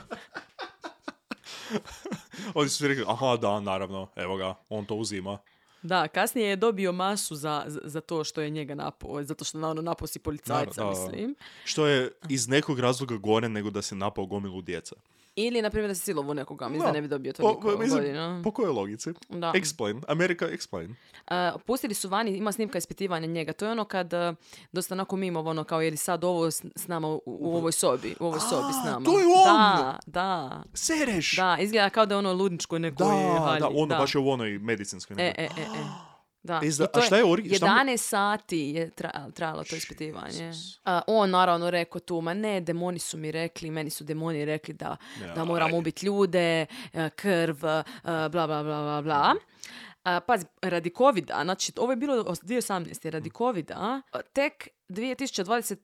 D: Oni su svi rekli, aha, da, naravno, evo ga, on to uzima.
E: Da, kasnije je dobio masu za, za- za to što je njega napao, zato što naravno napao si policajca,
D: Naravno, da.
E: mislim.
D: Što je iz nekog razloga gore nego da se napao gomilu djece.
E: Ili, na primjer, da si silovo nekoga, mislim da ne bi dobio
D: Po-
E: toliko
D: mislim,
E: godina.
D: Po kojoj logici?
E: Da.
D: Explain. Amerika, explain.
E: E, pustili su vani, ima snimka ispitivanja njega. To je ono kad e, dosta onako mimo ono kao je li sad ovo s, s nama u, u ovoj sobi, u ovoj sobi s nama.
D: to je on!
E: Da, da,
D: Sereš!
E: da, izgleda kao da je ono ludničko neko
D: Da,
E: je
D: da,
E: halji,
D: ono baš je u onoj medicinskoj.
E: E,
D: nekoj.
E: e, e, e. Da.
D: E, za-
E: I to
D: a šta je ori- šta mu-
E: 11 sati je tra- trajalo to ispitivanje.
D: Jesus.
E: A, on naravno rekao tu, ma ne, demoni su mi rekli, meni su demoni rekli da, da moram
D: Jaj.
E: ubiti ljude, e, krv, e, bla, bla, bla, bla, bla. A, pazi, radi covida, znači ovo je bilo os- 2018. radi covida, a, tek 2021.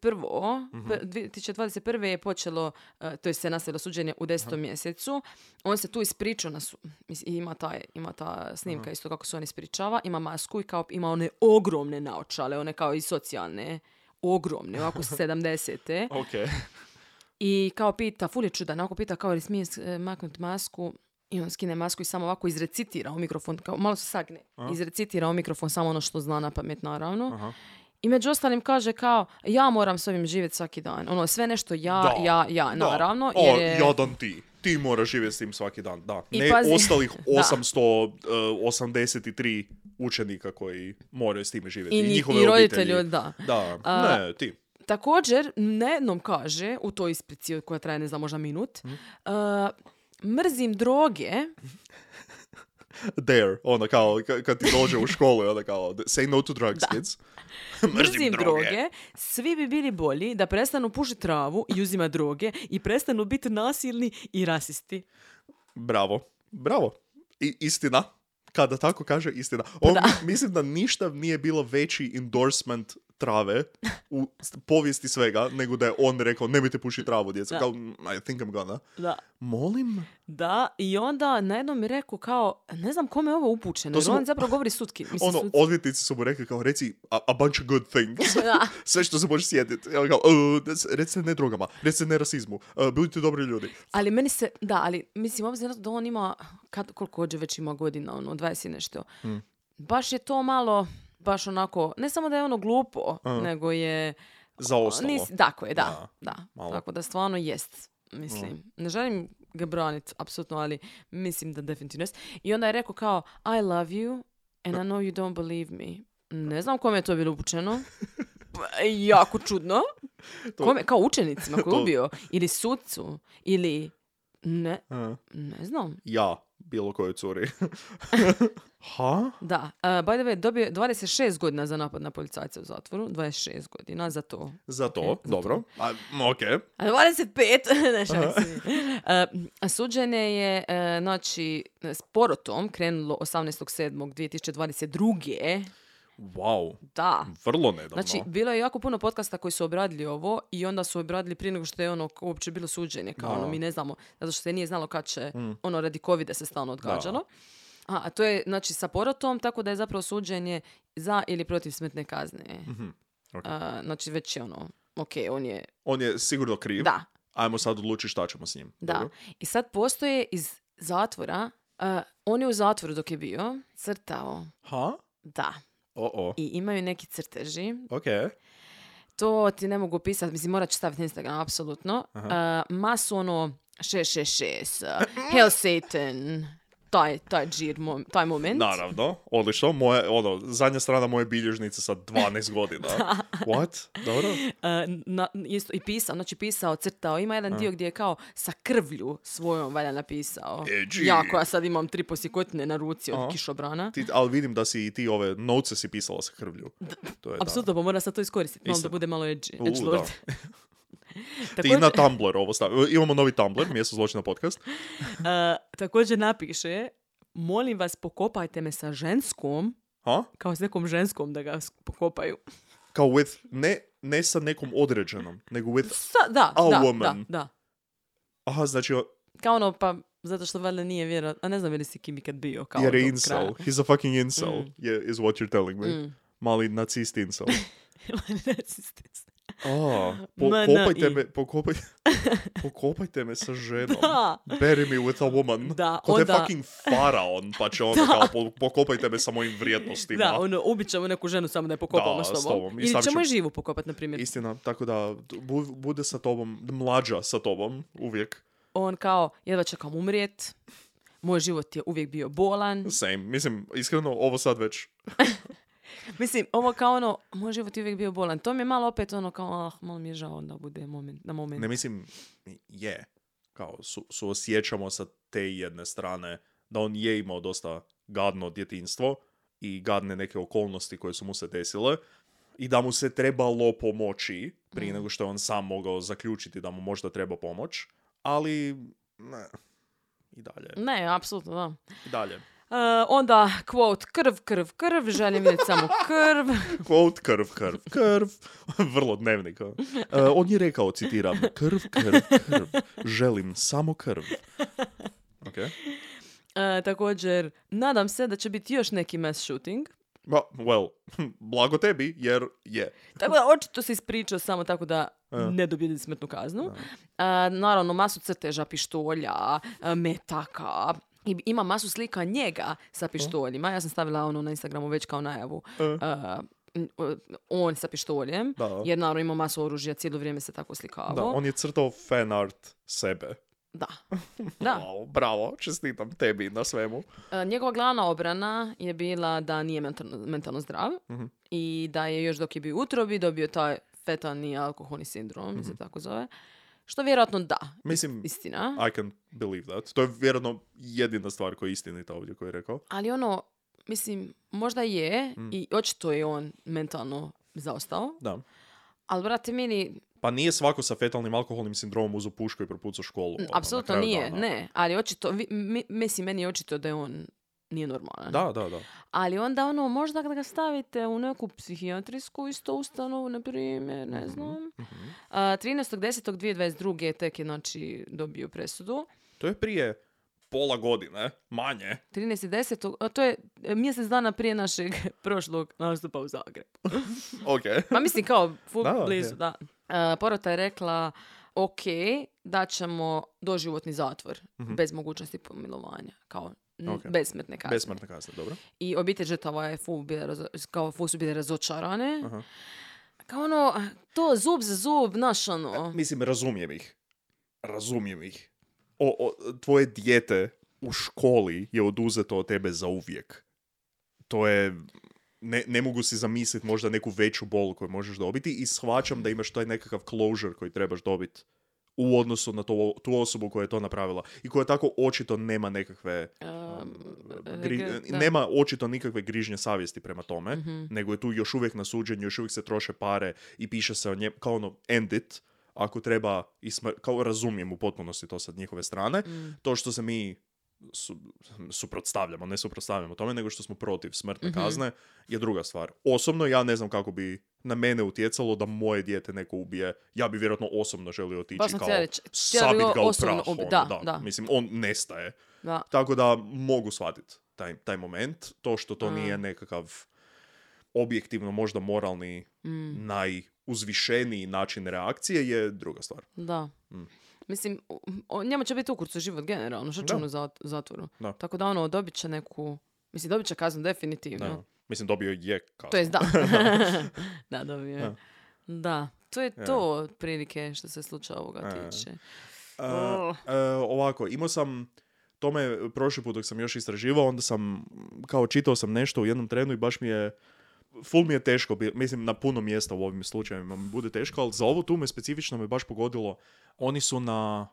E: pe- 2021. je počelo, e, to je se nastavilo suđenje u 10. mjesecu. On se tu ispričao na su, mis- i ima ta, ima ta snimka isto kako se on ispričava, ima masku i kao ima one ogromne naočale, one kao i socijalne ogromne, ovako 70.
D: Ok.
E: I kao pita, ful je čudan, onako pita kao jel smije eh, maknut masku i on skine masku i samo ovako izrecitira u mikrofon, kao malo se sagne, izrecitira u mikrofon samo ono što zna na pamet naravno.
D: Aha.
E: I među ostalim kaže kao, ja moram s ovim živjeti svaki dan. Ono, sve nešto ja,
D: Da,
E: ja, ja,
D: Da.
E: naravno.
D: O,
E: jer je-
D: jadan ti. Ti moraš živjeti s tim svaki dan, da.
E: I
D: ne
E: pazi-
D: ostalih
E: Da.
D: 883 učenika koji moraju s time živjeti.
E: I njih-
D: njihove
E: i roditelji,
D: obitelji.
E: da.
D: Da,
E: A-
D: ne, ti.
E: Također, nejednom kaže, u toj isprici koja
D: Mhm.
E: e, traje, ne znam, možda minut, uh, mrzim droge,
D: there, ono kao, ka- kad ti dođe u školu, ono kao, say no to drugs, kids.
E: Mrzim droge, svi bi bili bolji da prestanu pušiti travu i uzima droge i prestanu biti nasilni i rasisti.
D: Bravo, bravo. I, istina. Kada tako kaže, istina. Ovo, mi- Mislim da ništa nije bilo veći endorsement trave u s- povijesti svega, nego da je on rekao, nemojte pušiti travu, djeca.
E: Da.
D: Kao, "Mm, I think I'm gonna.
E: Da.
D: Molim?
E: Da, i onda najednom je rekao kao, ne znam kome je ovo upućeno,
D: To
E: jer
D: sam-
E: on zapravo govori sutki. Mislim,
D: ono,
E: sud-
D: odvjetnici su mu rekli kao, reci a, a bunch of good things.
E: Da.
D: Sve što se možeš sjetiti. Ja kao, "Uh, rec- recite ne drogama, recite ne rasizmu, uh, budite dobri ljudi.
E: Ali meni se, da, ali mislim, obzirom na to da on ima, kad, koliko ođe već ima godina, ono, 20 i nešto, baš je to malo, baš onako, ne samo da je ono glupo, nego je...
D: Zaostalo.
E: Nisi- tako je, da,
D: Da,
E: da.
D: malo. Mm.
E: Tako da stvarno jest, mislim. Ne želim ga braniti, apsolutno, ali mislim da definitivno jest. I onda je rekao kao, I love you and I know you don't believe me. Ne znam kome je to bilo upućeno. jako čudno. Kome, kao učenicima koje
D: To-
E: je ubio. Ili sudcu. Ili... Ne,
D: Uh,
E: ne znam.
D: ja, bilo kojoj curi. ha?
E: Da. Uh, by the way, dobio je 26 godina za napad na policajca u zatvoru. 26 godina za to.
D: Za to,
E: Ok, Mm, za
D: dobro. A, ok.
E: A 25, ne šalim se. E, Suđenje je, e, znači, s porotom krenulo 18.7.2022.
D: Wow,
E: Da.
D: vrlo nedavno.
E: Znači, bilo je jako puno podcasta koji su obradili ovo i onda su obradili prije nego što je ono uopće bilo suđenje. Kao
D: Da.
E: ono, mi ne znamo, zato što se nije znalo kad će,
D: Mm,
E: ono, radi covida se stalno odgađalo. A, a to je, znači, sa porotom, tako da je zapravo suđenje za ili protiv smrtne kazne.
D: Mm. mhm. ok.
E: E, znači, već je ono, ok, on je,
D: On je sigurno kriv.
E: da,
D: Ajmo sad odlučiti šta ćemo s njim.
E: Da.
D: Dobro.
E: I sad postoje iz zatvora, eh, on je u zatvoru dok je bio, crtao,
D: Ha?
E: da,
D: O-o.
E: i imaju neki crteži.
D: Ok.
E: To ti ne mogu opisati, mislim morat ću staviti na Instagram, apsolutno. Eh, masu ono 666, eh, Hail Satan, taj, taj, džir, mom- taj moment.
D: Naravno, odlično. Moje, ono, zadnja strana moje bilježnice sa 12 godina. What? Dobro.
E: E, na, isto, I pisao, znači pisao, crtao. Ima jedan dio gdje je kao sa krvlju svojom valja napisao.
D: Edgy.
E: Ja koja sad imam tri posjekotine na ruci od kišobrana.
D: Ti, ali vidim da si i ti ove novce si pisala sa krvlju. To je da.
E: Apsolutno, pa mora sad to iskoristiti, malo
D: Isto.
E: da bude malo edgy.
D: U,
E: edgy lord.
D: da. Ti na Tumblr ovo stavi. Imamo novi Tumblr, mjesto zločina podcast.
E: e, također napiše, molim vas pokopajte me sa ženskom,
D: Ha?
E: kao s nekom ženskom da ga s- pokopaju.
D: Kao with, ne, ne sa nekom određenom, nego with,
E: Sa, da,
D: A
E: da,
D: woman.
E: da, da.
D: aha, znači,
E: Kao ono, pa, zato što valjda nije vjerojatno, a ne znam je li si Kimi kad bio, kao
D: jer je
E: do
D: incel.
E: kraja.
D: He's a fucking incel, je- is what you're telling me.
E: Mm.
D: Mali nacist incel.
E: Narcisist.
D: A, po,
E: MNI.
D: kopajte me, pokopaj, pokopajte me sa ženom.
E: Da.
D: Bury me with a woman.
E: Da,
D: Ko te
E: onda-
D: fucking faraon, pa će onda kao po- pokopajte me sa mojim vrijednostima.
E: da, ono, ubit ćemo neku ženu samo da je pokopamo
D: Da,
E: s
D: s tobom.
E: tobom.
D: I
E: Ili
D: stavit ću-
E: ćemo je živu pokopat, na primjer.
D: Istina, tako da bu- bude sa tobom, mlađa sa tobom, uvijek.
E: On kao, jedva čekam umrijet, moj život je uvijek bio bolan.
D: Same. Mislim, iskreno, ovo sad već.
E: Mislim, ovo kao ono, moj život je uvijek bio bolan. To mi je malo opet ono kao, ah, malo mi je žao da bude moment, na moment.
D: Ne mislim, je. Kao, su, suosjećamo sa te jedne strane da on je imao dosta gadno djetinstvo i gadne neke okolnosti koje su mu se desile i da mu se trebalo pomoći prije nego što je on sam mogao zaključiti da mu možda treba pomoć, ali ne, i dalje,
E: Ne, apsolutno, da.
D: i dalje.
E: E, onda, quote, krv, krv, krv, želim vidjeti samo krv.
D: Quote, krv, krv, krv. Vrlo dnevnik. a. E, on je rekao, citiram, krv, krv, krv. Želim samo krv. Okay.
E: E, također, nadam se da će biti još neki mass shooting.
D: Ma, well, blago tebi, jer je.
E: Tako da, očito se ispričao samo tako da
D: E.
E: ne dobije smrtnu kaznu. E, naravno, masu crteža, pištolja, e, metaka. I ima masu slika njega
D: E.
E: sa pištoljima. Ja sam stavila ono na Instagramu već kao najavu. E, n- on sa pištoljem.
D: Da, da.
E: Jer naravno ima masu oružja, cijelo vrijeme se tako slikavao.
D: Da, on je crtao fan art sebe.
E: Da. da.
D: Wow, bravo, čestitam tebi na svemu.
E: E, Njegova glavna obrana je bila da nije mentalno, mentalno zdrav
D: Mhm.
E: i da je još dok je bio u utrobi dobio taj fetalni alkoholni sindrom, se tako zove, Što vjerojatno da.
D: Mhm. Mislim,
E: Istina.
D: I can believe that. To je vjerojatno jedina stvar koja je istinita ovdje koju je rekao.
E: Ali ono, mislim, možda je
D: Mhm.
E: i očito je on mentalno zaostao.
D: Da.
E: Ali, brate, meni,
D: Pa nije svako sa fetalnim alkoholnim sindromom uzu pušku i propucao školu. ono, na
E: apsolutno
D: kraju
E: nije,
D: dana.
E: ne. Ali očito, vi- mi- mislim, meni je očito da je on nije normalan.
D: Da, da, da.
E: Ali onda ono, možda da ga stavite u neku psihijatrijsku isto ustanovu, na primjer,
D: Mhm,
E: ne znam. A, 13.10.2022. tek je znači dobio presudu.
D: To je prije pola godine, manje.
E: 13.10. a to je e, mjesec dana prije našeg prošlog nastupa u Zagrebu.
D: Ok.
E: Ma mislim kao ful
D: Da,
E: blizu,
D: je.
E: da. E, porota je rekla, ok, daćemo doživotni zatvor bez mogućnosti pomilovanja. Kao n-
D: Mhm. Ok.
E: besmrtne kazne.
D: Besmrtna kazna, dobro.
E: I obitelj žrtava je ful, bila razo- kao ful su bile razočarane. Kao ono, to zub za zub, naš ono.
D: Mislim, razumijem ih. Razumijem ih. O, o, tvoje dijete u školi je oduzeto od tebe za uvijek. To je... Ne, ne mogu si zamisliti možda neku veću bol koju možeš dobiti i shvaćam da imaš taj nekakav closure koji trebaš dobiti u odnosu na to, tu osobu koja je to napravila i koja tako očito nema nekakve um, gri- e,
E: Rekli- Um, e, da. Mhm.
D: nema očito nikakve grižnje savjesti prema tome, nego je tu još uvijek na suđenju, još uvijek se troše pare i piše se o njem, kao ono, end it, ako treba, i smr- kao razumijem u potpunosti to sa njihove strane, to što se mi su- suprotstavljamo, ne suprotstavljamo tome, nego što smo protiv smrtne
E: Mhm.
D: kazne, je druga stvar. Osobno ja ne znam kako bi na mene utjecalo da moje dijete neko ubije, ja bi vjerojatno osobno želio otići
E: Baš sam
D: kao
E: htjela reći, htjela bi
D: sabit
E: ga
D: ga u
E: osobno
D: prah,
E: ubi-
D: ono,
E: da,
D: da,
E: da.
D: mislim, on nestaje.
E: Da.
D: Tako da mogu shvatiti taj, taj moment. To što to nije nekakav objektivno možda moralni
E: mm,
D: Mm. najuzvišeniji način reakcije je druga stvar.
E: Da.
D: Mm.
E: Mislim, u- o- njemu će biti ukurcu život generalno, što će
D: Da.
E: ono za- u zatvoru.
D: Da.
E: Tako da ono, dobit će neku, mislim, dobit će kaznu definitivno.
D: Da. Mislim, dobio je kaznu.
E: Mhm. To jest da. da, dobio je. Da. To je to otprilike što se slučaja ovoga tiče.
D: E, e, ovako, imao sam tome prošli put dok sam još istraživao, onda sam kao čitao sam nešto u jednom trenu i baš mi je ful mi je teško, bi- mislim na puno mjesta u ovim slučajevima mi bude teško, ali za ovo tu me specifično me baš pogodilo. Oni su na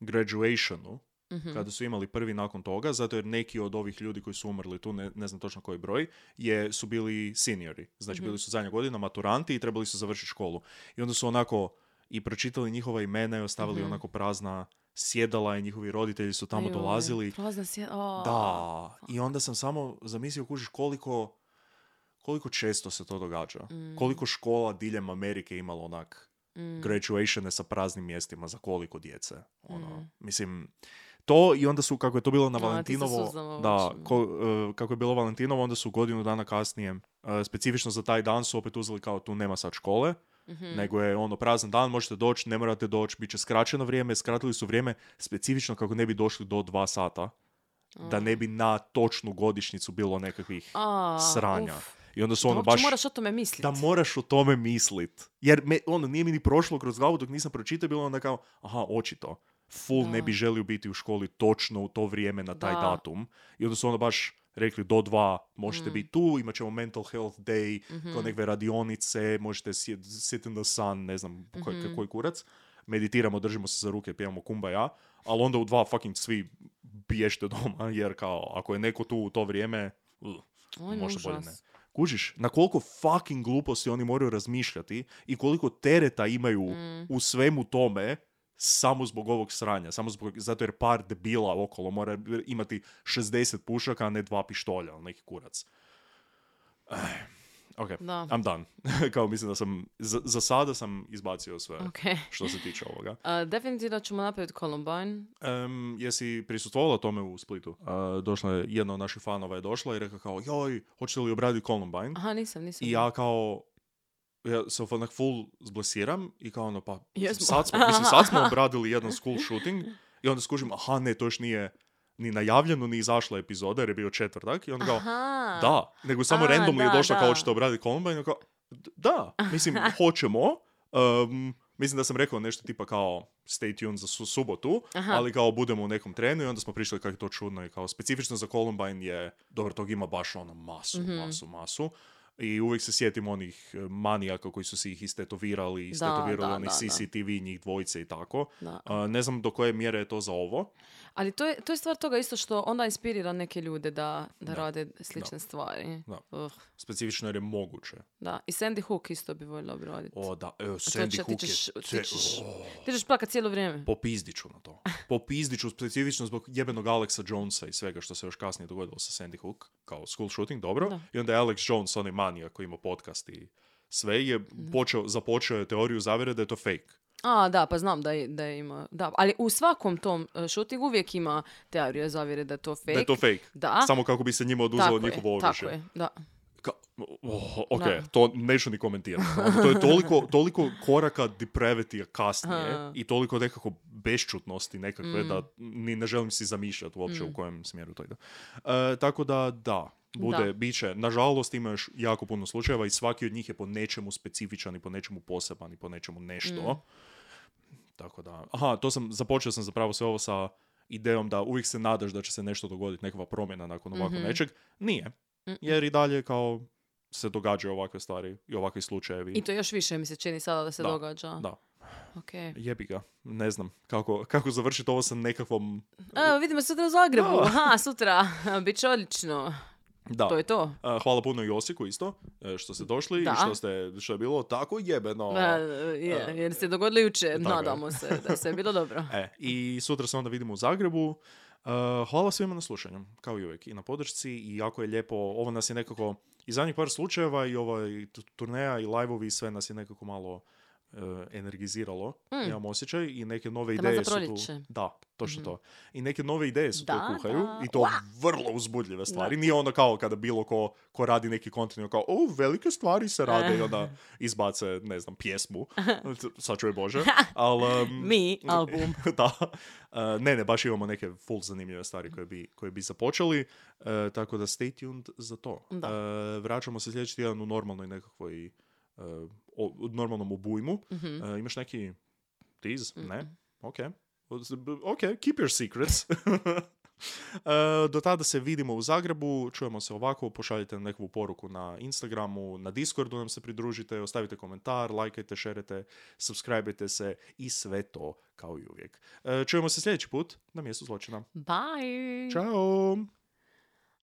D: graduationu,
E: Mhm.
D: kada su imali prvi nakon toga, zato jer neki od ovih ljudi koji su umrli tu, ne, ne znam točno koji broj, je, su bili seniori. Znači bili su zadnja godina maturanti i trebali su završiti školu. I onda su onako i pročitali njihova imena i ostavili onako prazna sjedala i njihovi roditelji su tamo
E: Ajoj, Pa,
D: dolazili.
E: Prolazna si... o.
D: Da, i onda sam samo zamislio kužiš koliko, koliko često se to događa. Koliko škola diljem Amerike imalo onak
E: mm,
D: graduatione sa praznim mjestima za koliko djece. Ono, Mislim, to i onda su, kako je to bilo na
E: Mm. ti sa
D: Valentinovo,
E: suzama u
D: da,
E: očima.
D: ko- e, kako je bilo Valentinovo, onda su godinu dana kasnije, e, specifično za taj dan su opet uzeli kao tu nema sad škole,
E: mhm, Mm.
D: nego je ono prazan dan, možete doći, ne morate doći, bit će skraćeno vrijeme, skratili su vrijeme specifično kako ne bi došli do dva sata,
E: Mm.
D: da ne bi na točnu godišnjicu bilo nekakvih
E: A,
D: sranja.
E: uf.
D: I onda su
E: Da
D: ono
E: uopće
D: baš...
E: moraš o tome misliti.
D: Da moraš o tome mislit. Jer me, ono, nije mi ni prošlo kroz glavu dok nisam pročitao, bilo je onda kao, aha, očito. Full ne bi želio biti u školi točno u to vrijeme na taj
E: Da.
D: datum. I onda su onda baš rekli do dva možete biti tu, imat ćemo mental health day,
E: Mhm. Hmm.
D: kao nekve radionice, možete sit, sit in the sun, ne znam koji, koji kurac. Meditiramo, držimo se za ruke, pijemo kumbaja, ali onda u dva fucking svi biješte doma, jer kao ako je neko tu u to vrijeme, uh,
E: On je
D: možda bolje
E: užas.
D: ne. Kužiš, na koliko fucking gluposti oni moraju razmišljati i koliko tereta imaju
E: Mm.
D: u svemu tome samo zbog ovog sranja, samo zbog, zato jer par debila okolo mora imati 60 pušaka, a ne dva pištolja, ili neki kurac. Eh, Ok,
E: Da.
D: I'm done. Kao mislim da sam, za, za sada sam izbacio sve
E: Ok.
D: što se tiče ovoga.
E: A, definitivno ćemo napraviti Columbine.
D: Em, jesi prisustvovala tome u Splitu? E, došla je, jedna od naših fanova je došla i rekla kao, joj, hoćete li obraditi Columbine?
E: Aha, nisam, nisam.
D: I ja kao, ja se onak full zblesiram i kao ono, pa
E: Jesmo.
D: sad smo, mislim, sad smo obradili jedan school shooting i onda skužim, aha ne, to još nije ni najavljeno, ni izašla epizoda jer je bio četvrtak i onda kao,
E: Aha.
D: da, nego samo
E: A,
D: randomly je
E: da,
D: došla
E: da.
D: kao hoćete obraditi Columbine, i kao, "D- da, mislim, hoćemo, um, mislim da sam rekao nešto tipa kao stay tuned za su- subotu, ali kao budemo u nekom trenu i onda smo prišli kako je
E: Mhm.
D: to čudno i kao specifično za Columbine je, dobro, tog ima baš ono masu, masu, masu, I uvijek se sjetim onih e, manijaka koji su si ih istetovirali, istetovirali
E: da,
D: onih
E: da, da.
D: CCTV njih dvojice i tako.
E: Da.
D: A, ne znam do koje mjere je to za ovo.
E: Ali to je, to je stvar toga isto što onda inspirira neke ljude da, da, rade slične stvari.
D: Da.
E: Uh,
D: Specifično jer je moguće.
E: da. I Sandy Hook isto bi voljela obraditi.
D: O, da, e,
E: To će-
D: Sandy
E: ti
D: Hook je...
E: ćeš,
D: te-
E: ti ćeš,
D: o,
E: ti ćeš plakat cijelo vrijeme.
D: popizdiću na to. Popizdiću specifično zbog jebenog Alexa Jonesa i svega što se još kasnije dogodilo sa Sandy Hook, kao school shooting, dobro.
E: Da.
D: I onda je Alex Jones, onaj manija koji ima podcast i sve, je počeo, započeo je teoriju zavjere da je to fake.
E: A, da, pa znam da, je, da je ima. Da, ali u svakom tom e, shootingu uvijek ima teoriju zavjere da je to fake.
D: Da je to fake.
E: Da.
D: Samo kako bi se njima
E: tako
D: oduzelo
E: je,
D: njihovo oružje.
E: Tako je, da.
D: Ka- oh, ok,
E: Da.
D: to neću ni komentirati. To je toliko, toliko koraka depravitija kasnije
E: A.
D: i toliko nekako bešćutnosti nekakve da
E: Mm.
D: ni ne želim si zamišljati uopće u kojem smjeru to ide. E, tako da, da, bude,
E: Da.
D: bit će. Nažalost, ima još jako puno slučajeva i svaki od njih je po nečemu specifičan i po nečemu poseban i po nečemu nešto.
E: Mm.
D: Tako da, aha, to sam, započeo sam zapravo sve ovo sa idejom da uvijek se nadaš da će se nešto dogoditi, nekakva promjena nakon ovako
E: Mhm.
D: nečeg. Nije. Jer i dalje kao se događaju ovakve stvari i ovakvi slučajevi.
E: I to još više mi se čini sada da se
D: Da,
E: događa.
D: Da.
E: Okej.
D: Jebi ga. Ne znam kako, kako završiti ovo sa nekakvom...
E: Evo, vidimo se sutra u Zagrebu.
D: Da.
E: Aha, sutra. Bit će odlično.
D: Da.
E: To je to.
D: A, Hvala puno Josiku isto e, što ste došli
E: Da.
D: i što, ste, što je bilo tako jebeno.
E: E, je, jer se dogodilo jučer.
D: Tako je.
E: Nadamo se da je sve bilo dobro.
D: E, I sutra se onda vidimo u Zagrebu. E, hvala svima na slušanju, kao i uvijek, i na podršci i jako je lijepo, ovo nas je nekako, i zadnjih par slučajeva i ovaj tu- turneja i live-ovi, sve nas je nekako malo e, energiziralo,
E: Mm.
D: imam osjećaj, i neke nove
E: Taman
D: ideje
E: za
D: su tu.
E: proljeće.
D: Da, točno to. I neke nove ideje su
E: Mhm. Da,
D: tu kuhaju,
E: da.
D: i to vrlo uzbudljive stvari. Nije ono kao kada bilo ko, ko radi neki kontinent, kao, o, velike stvari se rade, i onda izbace, ne znam, pjesmu, sačuj Bože, ali... em,
E: Mi, album.
D: da. E, ne, ne, baš imamo neke full zanimljive stvari koje bi, koje bi započeli, e, tako da stay tuned za to.
E: Da.
D: E, vraćamo se sljedeći tjedan u normalnoj nekakvoj, e, o- u normalnom obujmu. E, imaš neki tiz? Ne? Ok. Ok, keep your secrets. E, do tada se vidimo u Zagrebu, čujemo se ovako, pošaljite nam neku poruku na Instagramu, na Discordu nam se pridružite, ostavite komentar, lajkajte, šerite, subscribeajte se i sve
E: Mm.
D: to kao i uvijek. E, Čujemo se sljedeći put na mjestu zločina.
E: Bye.
D: Ćao!